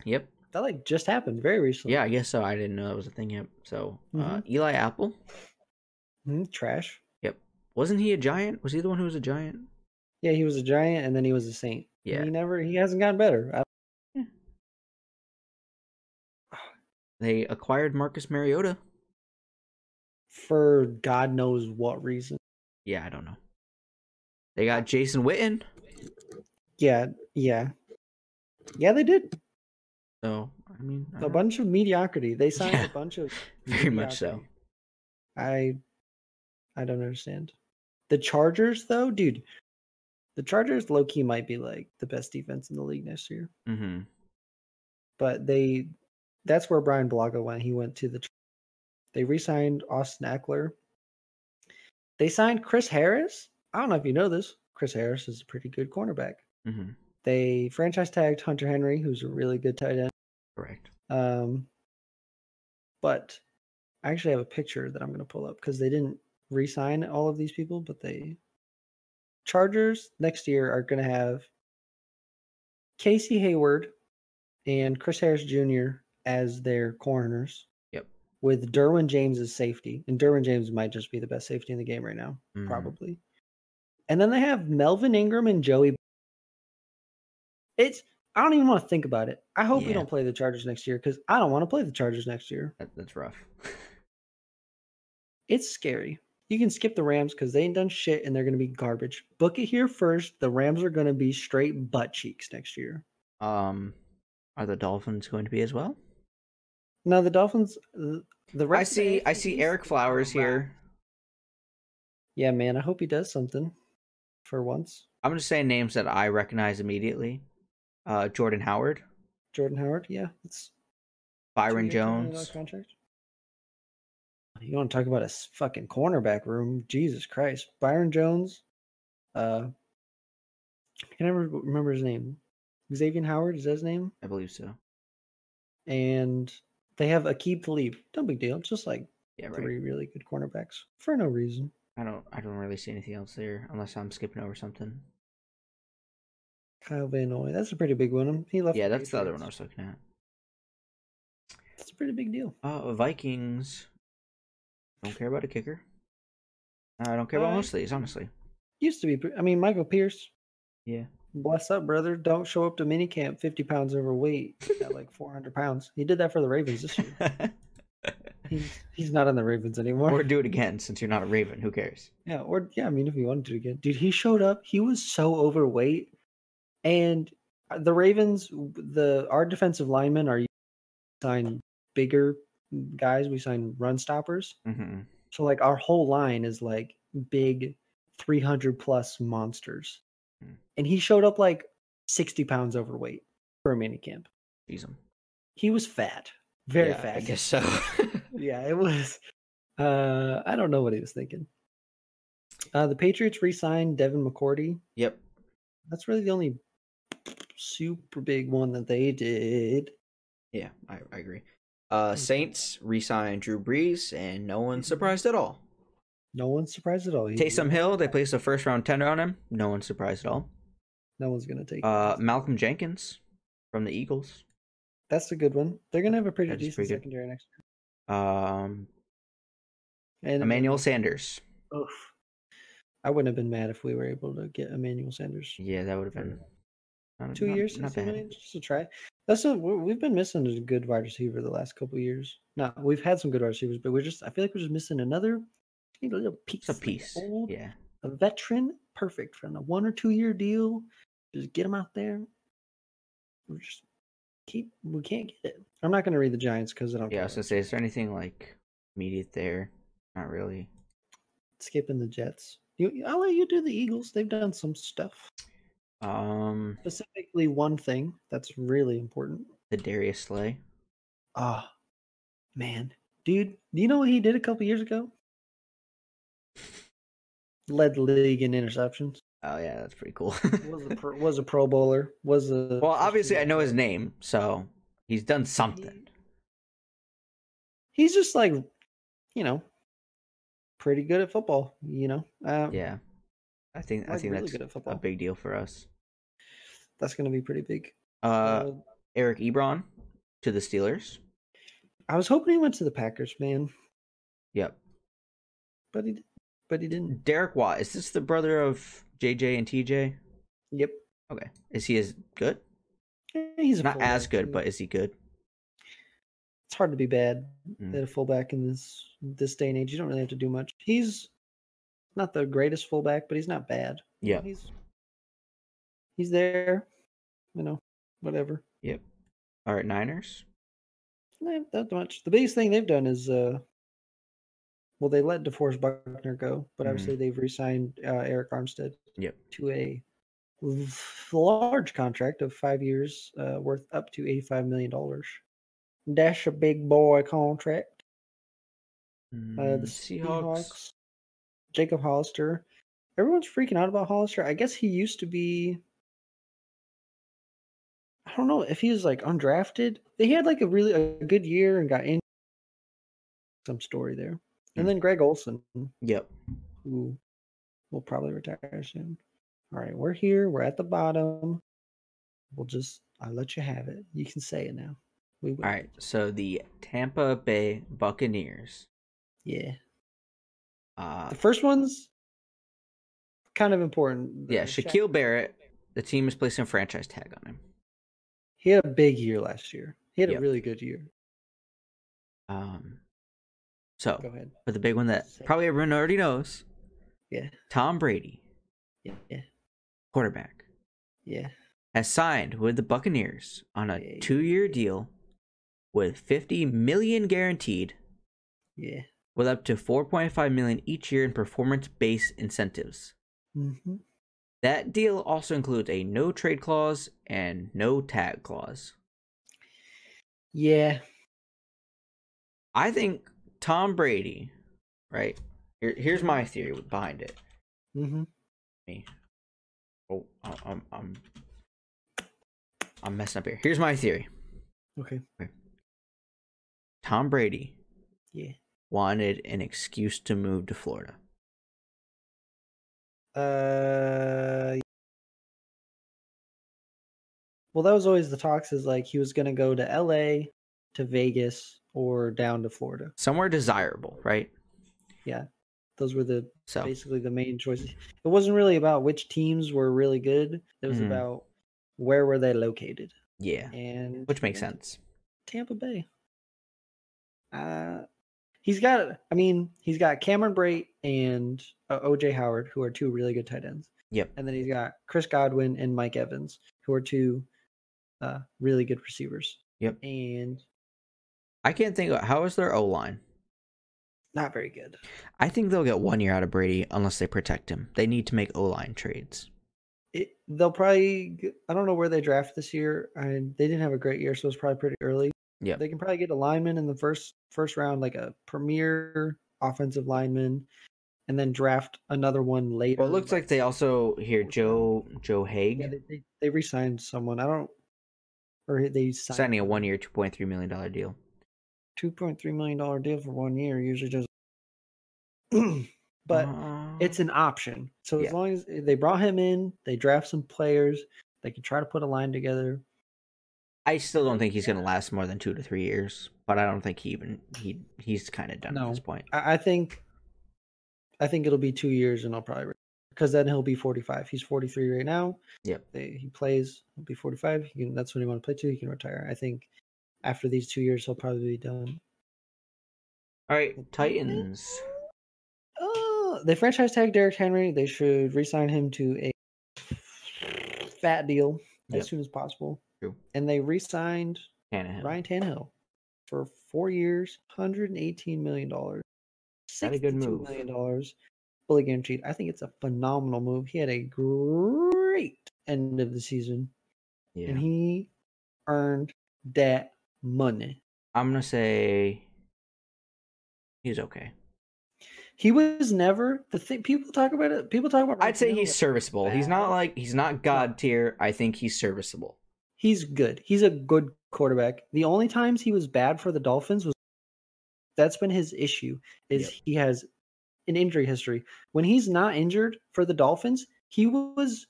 S1: Yep.
S2: That like just happened very recently.
S1: Yeah, I guess so. I didn't know that was a thing. Yep. So uh,
S2: Mhm.
S1: Eli Apple
S2: Mhm, trash.
S1: wasn't he a giant? Was he the one who was a giant?
S2: Yeah, he was a giant and then he was a saint. And
S1: Yeah.
S2: He never he hasn't gotten better. I-
S1: They acquired Marcus Mariota.
S2: for God knows what reason.
S1: Yeah, I don't know. They got Jason Witten.
S2: Yeah, yeah. Yeah, they did.
S1: So I mean, I
S2: A
S1: don't-
S2: bunch of
S1: (laughs)
S2: mediocrity. They signed
S1: Uh-huh. Yeah.
S2: a bunch of
S1: very much so.
S2: mediocrity. I I don't understand. The Chargers though, dude. The Chargers low key might be like the best defense in the league next year.
S1: Mm-hmm.
S2: But they that's where Brian Blago went. He went to the Char- they re-signed Austin Eckler. They signed Chris Harris. I don't know if you know this. Chris Harris is a pretty good cornerback.
S1: Mm-hmm.
S2: They franchise tagged Hunter Henry, who's a really good tight end.
S1: Correct.
S2: Um, but I actually have a picture that I'm going to pull up because they didn't re-sign all of these people, but they Chargers next year are going to have Casey Hayward and Chris Harris Jr. as their corners.
S1: Yep.
S2: With Derwin James as safety, and Derwin James might just be the best safety in the game right now,
S1: Mhm.
S2: probably. And then they have Melvin Ingram and Joey. It's I don't even want to think about it. I hope we
S1: Yeah.
S2: don't play the Chargers next year because I don't want to play the Chargers next year.
S1: That, that's rough. (laughs)
S2: It's scary. You can skip the Rams because they ain't done shit and they're going to be garbage. Book it here first. The Rams are going to be straight butt cheeks next year.
S1: um, are the Dolphins going to be as well?
S2: Now the Dolphins, the the
S1: I
S2: rest of the
S1: see. I
S2: AFC
S1: see
S2: East
S1: Eric
S2: is gonna
S1: Flowers here.
S2: Yeah, man. I hope he does something for once.
S1: I'm just saying names that I recognize immediately. Uh, Jordan Howard,
S2: Jordan Howard. Yeah, it's
S1: Byron
S2: two-year, $10 million
S1: Jones.
S2: contract. You want to talk about a s- fucking cornerback room? Jesus Christ, Byron Jones. Uh, I can never remember his name. Xavier Howard is that his name?
S1: I believe so.
S2: And they have Akib Talib. No big deal. Just like
S1: Yeah, right.
S2: three really good cornerbacks for no reason.
S1: I don't. I don't really see anything else there, unless I'm skipping over something.
S2: Kyle Van Noy. That's a pretty big one. He left.
S1: Yeah, that's the other one
S2: Patriots.
S1: I was looking at.
S2: That's a pretty big deal.
S1: Uh, Vikings. Don't care about a kicker. I don't care about
S2: Uh, (laughs)
S1: most of these, honestly.
S2: Used to be. pre- I mean, Michael Pierce.
S1: Yeah.
S2: Bless up, brother. Don't show up to minicamp 50 pounds overweight at like 400 pounds. He did that for the Ravens this
S1: (laughs)
S2: year. He's, he's not on the Ravens anymore.
S1: or do it again since you're not a Raven. Who cares?
S2: Yeah, or yeah, I mean, if you wanted to again, dude, he showed up. He was so overweight, and uh, the Ravens, w- the our defensive linemen are sign bigger guys. We sign run stoppers,
S1: hmm
S2: so like our whole line is like big, three hundred plus monsters,
S1: Mm.
S2: and he showed up like sixty pounds overweight for a minicamp.
S1: Use them.
S2: He was fat, very
S1: yeah,
S2: fat.
S1: I guess so.
S2: (laughs)
S1: (laughs)
S2: Yeah, it was. Uh, I don't know what he was thinking. Uh, the Patriots re-signed Devin McCourty.
S1: yep.
S2: That's really the only super big one that they did.
S1: Yeah, I, I agree. Uh, Saints re-signed Drew Brees, and no
S2: Mm-hmm.
S1: one's surprised at all.
S2: No one's surprised at all. He-
S1: Taysom Hill, they placed a first-round tender on him. No one's surprised at all.
S2: No one's gonna take.
S1: Uh,
S2: that.
S1: Malcolm Jenkins from the Eagles.
S2: That's a good one. They're gonna have a pretty
S1: that is
S2: decent
S1: pretty good.
S2: secondary next year.
S1: Um,
S2: And
S1: Emmanuel Sanders.
S2: oof. I wouldn't have been mad if we were able to get Emmanuel Sanders.
S1: Yeah, that would have been not-
S2: Two
S1: not-
S2: years,
S1: Not
S2: since
S1: bad.
S2: Emmanuel- just a try. That's a, we- we've been missing a good wide receiver the last couple years. No, we've had some good wide receivers, but we're just I feel like we're just missing another. Need a little piece,
S1: It's a
S2: like
S1: piece.
S2: old
S1: Yeah.
S2: a veteran, perfect for a one or two year deal. Just get them out there. We just keep. We can't get it. I'm not going to read the Giants because I don't.
S1: Yeah, I
S2: care.
S1: was gonna say, is there anything like immediate there? Not really.
S2: skipping the Jets. You, I'll let you do the Eagles. They've done some stuff.
S1: Um,
S2: Specifically, one thing that's really important.
S1: the Darius Slay.
S2: Ah, man, dude, do you know what he did a couple years ago? Led the league in interceptions.
S1: Oh yeah, that's pretty cool. (laughs)
S2: Was a pro, was a Pro Bowler. Was a
S1: well, obviously I know his name, so he's done something.
S2: he's just like, you know, pretty good at football. You know, um,
S1: Yeah, I think I
S2: like,
S1: think
S2: really
S1: that's
S2: good at football.
S1: a big deal for us.
S2: That's going to be pretty big.
S1: Uh,
S2: Uh,
S1: Eric Ebron to the Steelers.
S2: I was hoping he went to the Packers, man,
S1: Yep.
S2: but he, didn't- but he didn't.
S1: Derek Watt. Is this the brother of JJ and TJ?
S2: Yep,
S1: Okay. Is he as good?
S2: Eh, he's a
S1: Not
S2: fullback,
S1: as good,
S2: dude.
S1: but is he good?
S2: it's hard to be bad
S1: Mm.
S2: at a fullback in this this day and age. You don't really have to do much. He's not the greatest fullback, but he's not bad. You know,
S1: Yeah.
S2: he's he's there. You know, whatever.
S1: All right, Niners.
S2: Eh, Not much. The biggest thing they've done is, uh, well, they let DeForest Buckner go, but
S1: Mhm.
S2: obviously they've re-signed uh, Eric Armstead
S1: Yep.
S2: to a l- large contract of five years uh, worth up to eighty-five million dollars. That's a big boy contract. Uh,
S1: Mm,
S2: the Seahawks. Jacob Hollister. Everyone's freaking out about Hollister. I guess he used to be. I don't know if he was like undrafted. He had like a really a good year and got in. Some story there,
S1: Hmm.
S2: and then Greg Olson,
S1: Yep.
S2: who will probably retire soon. All right, we're here. We're at the bottom. We'll just I'll let you have it. You can say it now. We will.
S1: All right. So the Tampa Bay Buccaneers.
S2: Yeah.
S1: Uh,
S2: The first one's kind of important.
S1: yeah,
S2: The Shaq-
S1: Shaquille Barrett. The team is placing a franchise tag on him.
S2: He had a big year last year. He had
S1: Yep.
S2: a really good year.
S1: Um, so,
S2: Go ahead.
S1: but the big one that
S2: Say it.
S1: probably everyone already knows.
S2: Yeah.
S1: Tom Brady,
S2: Yeah, yeah,
S1: quarterback,
S2: yeah.
S1: has signed with the Buccaneers on a
S2: Yeah.
S1: two-year deal with 50 million guaranteed,
S2: yeah.
S1: with up to 4.5 million each year in performance-based incentives.
S2: Mm-hmm.
S1: That deal also includes a no trade clause and no tag clause.
S2: Yeah.
S1: I think Tom Brady, right? Here, here's my theory behind it.
S2: Mm-hmm.
S1: Oh, I- I'm, I'm, I'm messing up here. Here's my theory.
S2: Okay.
S1: Tom Brady
S2: Yeah.
S1: wanted an excuse to move to Florida.
S2: Uh Well, that was always the talks is like he was going to go to LA, to Vegas, or down to Florida.
S1: Somewhere desirable, right?
S2: Yeah. those were the
S1: So
S2: basically the main choices. It wasn't really about which teams were really good. It was
S1: Mhm.
S2: about where were they located,
S1: yeah,
S2: and
S1: which makes
S2: and
S1: sense.
S2: Tampa Bay. Uh, he's got. I mean, he's got Cameron Brate and uh, OJ Howard, who are two really good tight ends.
S1: Yep.
S2: And then he's got Chris Godwin and Mike Evans, who are two uh, really good receivers.
S1: Yep.
S2: And
S1: I can't think of how is their O line.
S2: not very good.
S1: I think they'll get one year out of Brady unless they protect him. They need to make O line trades.
S2: It, they'll probably. g- I don't know where they draft this year. I, they didn't have a great year, so it's probably pretty early.
S1: Yep.
S2: They can probably get a lineman in the first first round, like a premier offensive lineman, and then draft another one later.
S1: Well, it looks like they also here
S2: Fourth round.
S1: Joe Joe Haig
S2: Yeah, they, they, they re-signed someone. I don't, or they signed
S1: signing a one year two point three million dollar deal.
S2: two point three million dollar deal for one year. Usually just, (clears throat) but it's an option. So
S1: Oh. Yeah.
S2: as long as they brought him in, they draft some players. They can try to put a line together.
S1: I still don't think he's gonna last more than two to three years. But I don't think he even he he's kind of done at
S2: No.
S1: this point.
S2: I, I think, I think it'll be two years, and I'll probably because then he'll be forty five. He's forty three right now.
S1: Yep.
S2: They, he plays. He'll be forty five. He can, that's when he want to play to. He can retire. I think after these two years, he'll probably be done.
S1: All right, Titans.
S2: Uh, Mm-hmm. they franchise tag Derrick Henry. They should re-sign him to a fat deal
S1: Yep.
S2: as soon as possible.
S1: True.
S2: And they re-signed
S1: Tannehill.
S2: Ryan Tannehill for four years, hundred and eighteen million dollars.
S1: Not a good move.
S2: dollars, fully guaranteed. I think it's a phenomenal move. He had a great end of the season,
S1: Yeah.
S2: and he earned that money.
S1: I'm gonna say he's okay.
S2: He was never the thing. People talk about it. People talk about. Ryan
S1: I'd say
S2: Tannehill,
S1: he's
S2: like,
S1: serviceable. He's not
S2: bad.
S1: like he's not god tier. I think he's serviceable.
S2: He's good. He's a good quarterback. The only times he was bad for the Dolphins was that's been his issue is
S1: Yep.
S2: he has an injury history. When he's not injured for the Dolphins, he was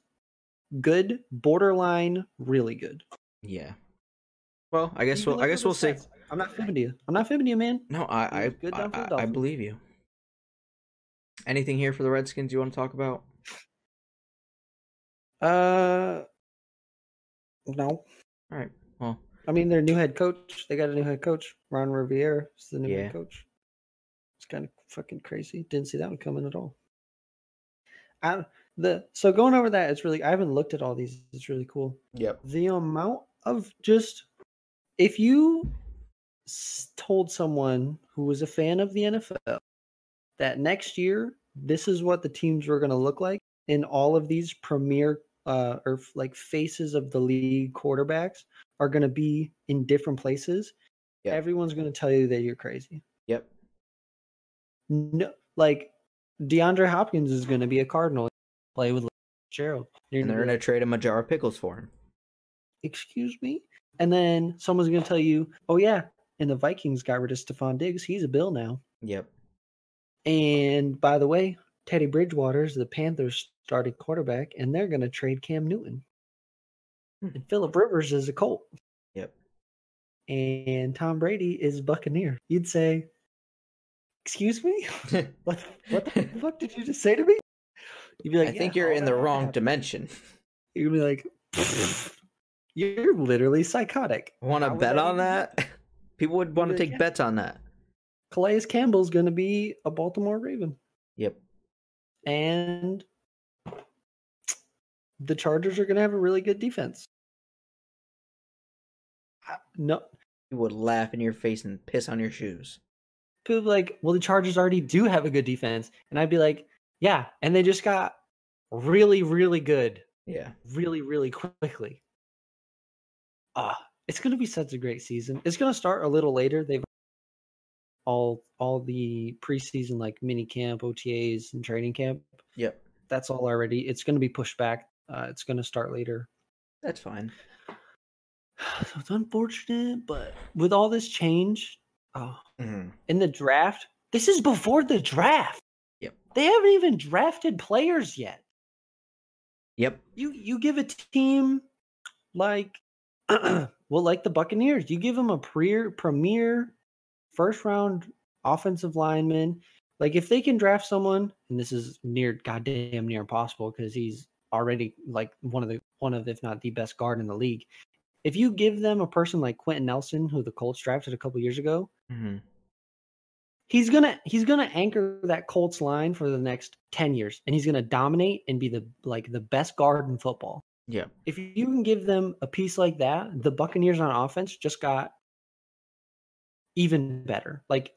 S2: good, borderline really good.
S1: Yeah. Well, I guess
S2: You can
S1: we'll
S2: look
S1: I
S2: up
S1: guess
S2: his
S1: we'll see.
S2: stats. I'm not fibbing to you. I'm not fibbing to you, man.
S1: No, I I,
S2: was good
S1: I,
S2: down for
S1: I-
S2: the
S1: I
S2: Dolphins.
S1: believe you. Anything here for the Redskins you want to talk about?
S2: Uh no.
S1: All right. Well,
S2: I mean their new head coach. They got a new head coach. Ron Riviera is the new
S1: Yeah.
S2: head coach. It's kind of fucking crazy. Didn't see that one coming at all. I the so going over that, it's really I haven't looked at all these. It's really cool.
S1: yep.
S2: The amount of just if you s- told someone who was a fan of the NFL that next year this is what the teams were going to look like in all of these premier uh, or f- like faces of the league quarterbacks are going to be in different places.
S1: Yeah.
S2: Everyone's going to tell you that you're crazy.
S1: Yep.
S2: No, like DeAndre Hopkins is going to be a Cardinal. Play with Gerald.
S1: And they're gonna trade him a jar of pickles for him.
S2: excuse me? And then someone's going to tell you, oh, yeah, and the Vikings got rid of Stephon Diggs. He's a Bill now.
S1: Yep.
S2: And by the way, Teddy Bridgewater's the Panthers starting quarterback, and they're going to trade Cam Newton.
S1: Hmm.
S2: And Philip Rivers is a Colt.
S1: Yep. (laughs)
S2: And Tom Brady is Buccaneer. You'd say, excuse me? (laughs) What, what
S1: (laughs)
S2: the fuck did you just say to me? You'd be like,
S1: I think
S2: "Yeah,
S1: you're
S2: all
S1: in
S2: that
S1: the
S2: happened."
S1: wrong dimension. (laughs)
S2: You'd be like, you're literally psychotic.
S1: Want
S2: How
S1: to
S2: would
S1: bet
S2: that
S1: on
S2: even happen?
S1: that? (laughs) People would want to
S2: Like,
S1: take
S2: yeah.
S1: bets on that.
S2: Calais Campbell's going to be a Baltimore Raven,
S1: Yep.
S2: and the Chargers are going to have a really good defense. I- No,
S1: People would laugh in your face and piss on your shoes.
S2: people be like, well, the Chargers already do have a good defense, and I'd be like, yeah, and they just got really, really good,
S1: Yeah.
S2: really, really quickly. Ah, it's going to be such a great season. It's going to start a little later. They've all all the preseason like mini camp, OTAs, and training camp.
S1: Yep.
S2: that's all already. It's going to be pushed back. Uh, it's going to start later. (sighs)
S1: That's fine.
S2: So it's unfortunate, but with all this change oh,
S1: Mm-hmm.
S2: in the draft, this is before the draft.
S1: Yep.
S2: They haven't even drafted players yet.
S1: Yep.
S2: You you give a team like (clears throat) well, like the Buccaneers, you give them a premier premier first round offensive lineman Like if they can draft someone, and this is near goddamn near impossible because he's already like one of the one of if not the best guard in the league. If you give them a person like Quentin Nelson, who the Colts drafted a couple years ago,
S1: hmm
S2: he's gonna he's gonna anchor that Colts line for the next ten years, and he's gonna dominate and be the like the best guard in football.
S1: Yeah.
S2: If you can give them a piece like that, the Buccaneers on offense just got even better. Like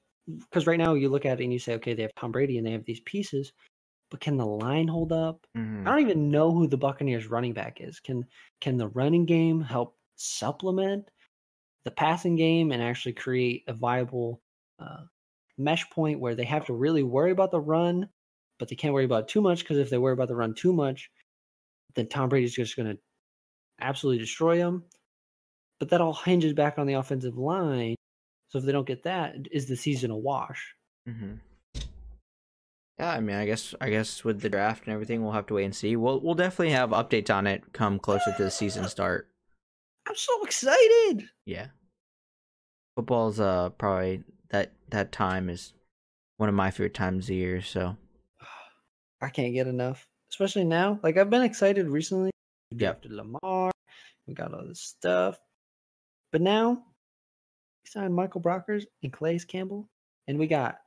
S2: because right now you look at it and you say, okay, they have Tom Brady and they have these pieces, but can the line hold up?
S1: hmm
S2: I don't even know who the Buccaneers running back is. Can can the running game help supplement the passing game and actually create a viable uh, mesh point where they have to really worry about the run, but they can't worry about it too much because if they worry about the run too much, then Tom Brady's just going to absolutely destroy them. But that all hinges back on the offensive line. So if they don't get that, is the season a wash?
S1: hmm Yeah, I mean, I guess I guess with the draft and everything, we'll have to wait and see. We'll we'll definitely have updates on it come closer to the season start.
S2: I'm so excited.
S1: Yeah. Football's uh probably that that time is one of my favorite times of the year, so
S2: (sighs) I can't get enough, especially now. Like I've been excited recently. We
S1: Yeah.
S2: drafted Lamar. We got all this stuff, but now we signed Michael Brockers and Clay's Campbell, and we got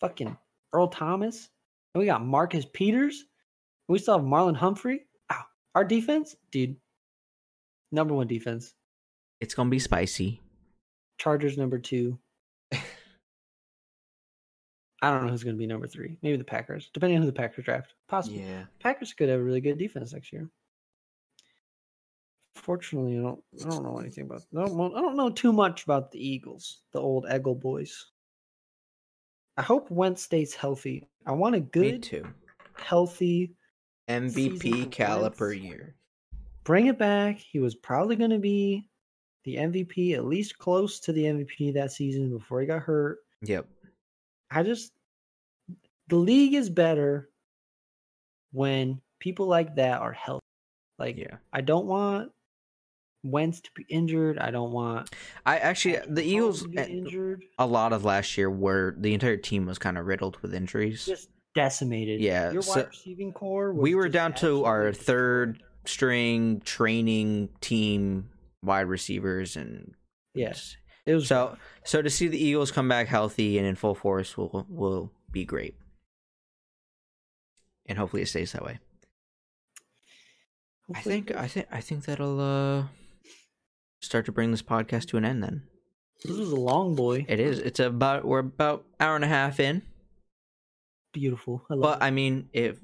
S2: fucking Earl Thomas, and we got Marcus Peters. and we still have Marlon Humphrey. Ow. Our defense, dude, number one defense.
S1: it's gonna be spicy.
S2: Chargers number two. I don't know who's going to be number three. Maybe the Packers, depending on who the Packers draft. Possibly.
S1: Yeah.
S2: Packers could have a really good defense next year. Fortunately, I don't I don't know anything about I don't, know- I don't know too much about the Eagles, the old Eggle boys. I hope Wentz stays healthy. I want a
S1: Me
S2: good,
S1: too.
S2: healthy.
S1: MVP
S2: Season
S1: caliper
S2: commence.
S1: year.
S2: Bring it back. He was probably going to be the MVP, at least close to the MVP that season before he got hurt.
S1: Yep.
S2: I just the league is better when people like that are healthy. Like
S1: Yeah.
S2: I don't want Wentz to be injured. I don't want
S1: I actually
S2: Patrick
S1: uh, the
S2: Mahomes
S1: Eagles
S2: to be injured.
S1: a lot of last year were the entire team was kind of riddled with injuries.
S2: Just decimated.
S1: Yeah,
S2: your
S1: so-
S2: wide receiving core.
S1: we
S2: was
S1: were
S2: just
S1: down to our
S2: absolutely
S1: third string training team wide receivers and
S2: Yeah,
S1: it's-
S2: it was
S1: So so to see the Eagles come back healthy and in full force will will be great. And hopefully it stays that way. I
S2: hopefully-
S1: think I think I think that'll uh start to bring this podcast to an end then.
S2: this was a long boy.
S1: It is. It's about we're about hour and a half in.
S2: Beautiful. I love
S1: But
S2: it.
S1: I mean, if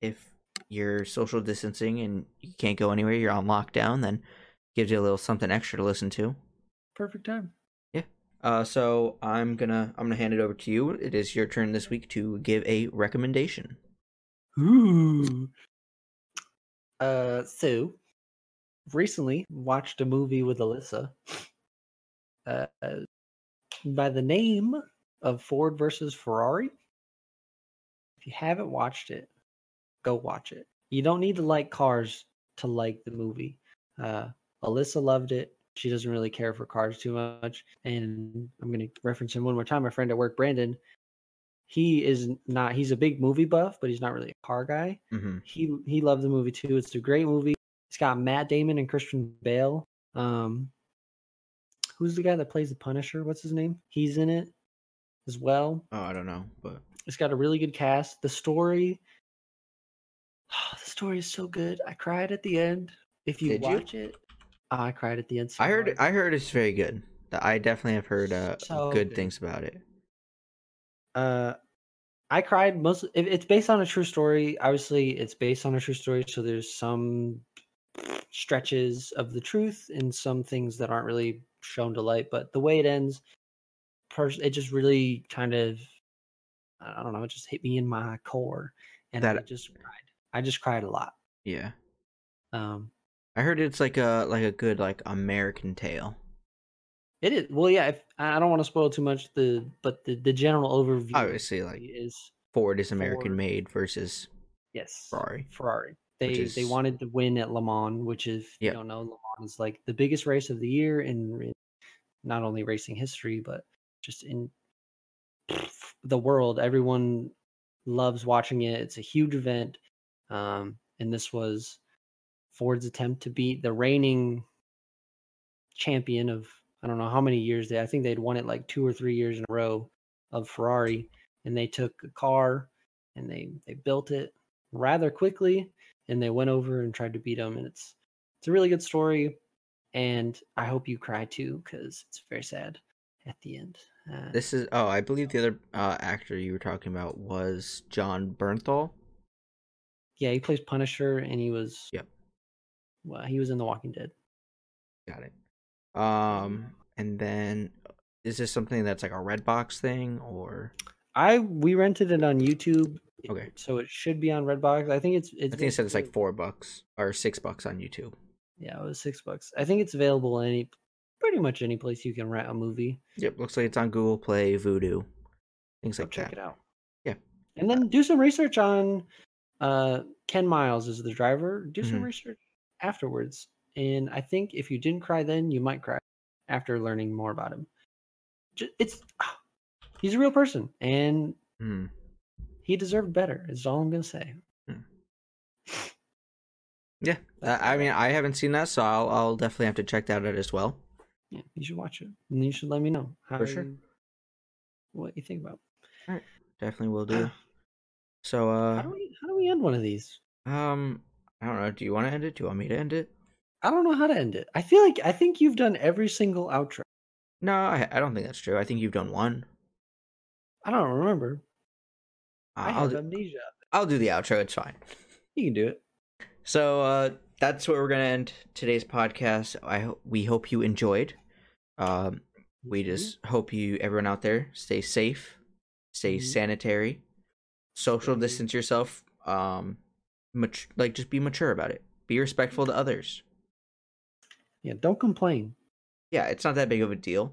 S1: if you're social distancing and you can't go anywhere, you're on lockdown, then gives you a little something extra to listen to.
S2: perfect time.
S1: Uh, so I'm gonna I'm gonna hand it over to you. It is your turn this week to give a recommendation.
S2: Ooh. Uh, so recently watched a movie with Alyssa. Uh, by the name of Ford versus Ferrari. If you haven't watched it, go watch it. You don't need to like cars to like the movie. Uh, Alyssa loved it. She doesn't really care for cars too much. And I'm going to reference him one more time. My friend at work, Brandon, he is not, he's a big movie buff, but he's not really a car guy
S1: Mm-hmm.
S2: he he loved the movie too. It's a great movie. It's got Matt Damon and Christian Bale. Um, who's the guy that plays the Punisher? What's his name? He's in it as well.
S1: Oh, I don't know, but
S2: It's got a really good cast. The story, (sighs) the story is so good. I cried at the end. If you
S1: Did you?
S2: watch it, I cried at the end. so
S1: I heard
S2: hard.
S1: I heard it's very good. I definitely have heard uh,
S2: So
S1: good,
S2: good.
S1: things about it.
S2: uh i cried most it, it's based on a true story obviously it's based on a true story so there's some stretches of the truth and some things that aren't really shown to light but the way it ends pers- it just really kind of i don't know it just hit me in my core and i
S1: That-
S2: just cried i just cried a lot
S1: Yeah,
S2: um
S1: I heard it's like a like a good like American tale.
S2: it is well yeah if, i I don't want to spoil too much the but the, the general overview of
S1: Obviously,
S2: the
S1: like-
S2: movie is
S1: Ford is American
S2: Ford.
S1: made versus
S2: yes
S1: Ferrari.
S2: Ferrari. They
S1: Which
S2: they
S1: is-
S2: wanted to win at Le Mans, which is if
S1: Yeah.
S2: you don't know, Le Mans is like the biggest race of the year in, in not only racing history but just in (sniffs) the world. Everyone loves watching it. It's a huge event. Um, and this was Ford's attempt to beat the reigning champion of I don't know how many years they I think they'd won it like two or three years in a row of Ferrari and they took a car and they they built it rather quickly and they went over and tried to beat them and it's it's a really good story and I hope you cry too cuz it's very sad at the end. Uh,
S1: This is oh, I believe the other uh, actor you were talking about was John Bernthal.
S2: yeah, he plays Punisher and he was
S1: Yep.
S2: Well, he was in The Walking Dead.
S1: Got it. Um, and then is this something that's like a red box thing or
S2: I we rented it on YouTube.
S1: Okay.
S2: So it should be on Redbox. I think it's it's
S1: I think it said it's like
S2: available-
S1: four bucks or six bucks on YouTube.
S2: Yeah, it was six bucks. I think it's available in any pretty much any place you can rent a movie.
S1: Yep, looks like it's on Google Play, Vudu, things
S2: So
S1: like
S2: check
S1: that.
S2: it out.
S1: Yeah.
S2: And then do some research on uh Ken Miles is the driver. Do some
S1: Mhm.
S2: research afterwards. And I think if you didn't cry then, you might cry after learning more about him. Ju- It's (sighs) he's a real person and
S1: Hmm.
S2: he deserved better. Is all I'm gonna say.
S1: Yeah, uh, I mean, I haven't seen that, so I'll I'll definitely have to check that out as well.
S2: Yeah, you should watch it, and you should let me know how
S1: For sure.
S2: you- what you think about.
S1: Definitely will do.
S2: (sighs)
S1: So, uh,
S2: (clears throat) How do we how do we end one of these?
S1: um, I don't know. Do you want to end it? Do you want me to end it?
S2: I don't know how to end it. I feel like I think you've done every single outro.
S1: No, I, I don't think that's true. I think you've done one.
S2: I don't remember. I
S1: I'll
S2: have
S1: do-
S2: amnesia.
S1: I'll do the outro. It's fine.
S2: You can do it.
S1: So uh, that's where we're gonna end today's podcast. I ho- we hope you enjoyed. Um, we
S2: Mhm.
S1: just hope you everyone out there stay safe, stay
S2: Mhm.
S1: sanitary, social
S2: Stay-
S1: distance yourself. Um, mat- like just be mature about it. Be respectful to others.
S2: yeah. Don't complain.
S1: Yeah, it's not that big of a deal.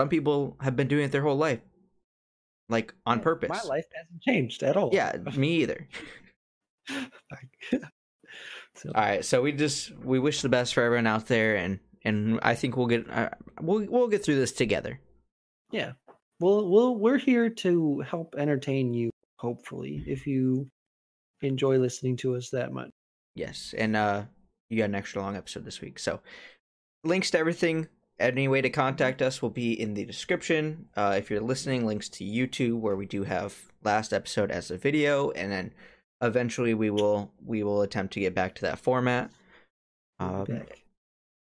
S1: Some people have been doing it their whole life, like on
S2: Yeah,
S1: purpose.
S2: My life hasn't changed at all. (laughs)
S1: Yeah, me either.
S2: Like- so,
S1: All right, so we just we wish the best for everyone out there, and and I think we'll get uh, we'll we'll get through this together.
S2: yeah. Well, well, we're here to help entertain you. Hopefully, if you enjoy listening to us that much.
S1: Yes, and uh, you got an extra long episode this week, so links to everything, any way to contact us will be in the description. Uh, if you're listening, links to YouTube where we do have last episode as a video, and then eventually we will we will attempt to get back to that format.
S2: We'll
S1: Um,
S2: be back.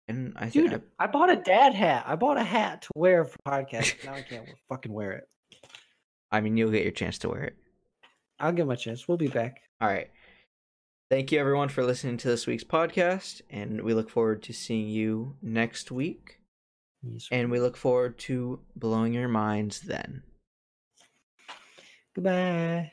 S1: and I think
S2: Dude, I bought a dad hat. I bought a hat to wear for podcast. Now I can't fucking wear it.
S1: I mean you'll get your chance to wear it.
S2: I'll give my chance. We'll be back.
S1: All right. Thank you everyone for listening to this week's podcast, and we look forward to seeing you next week.
S2: Yes,
S1: And we look forward to blowing your minds then.
S2: goodbye.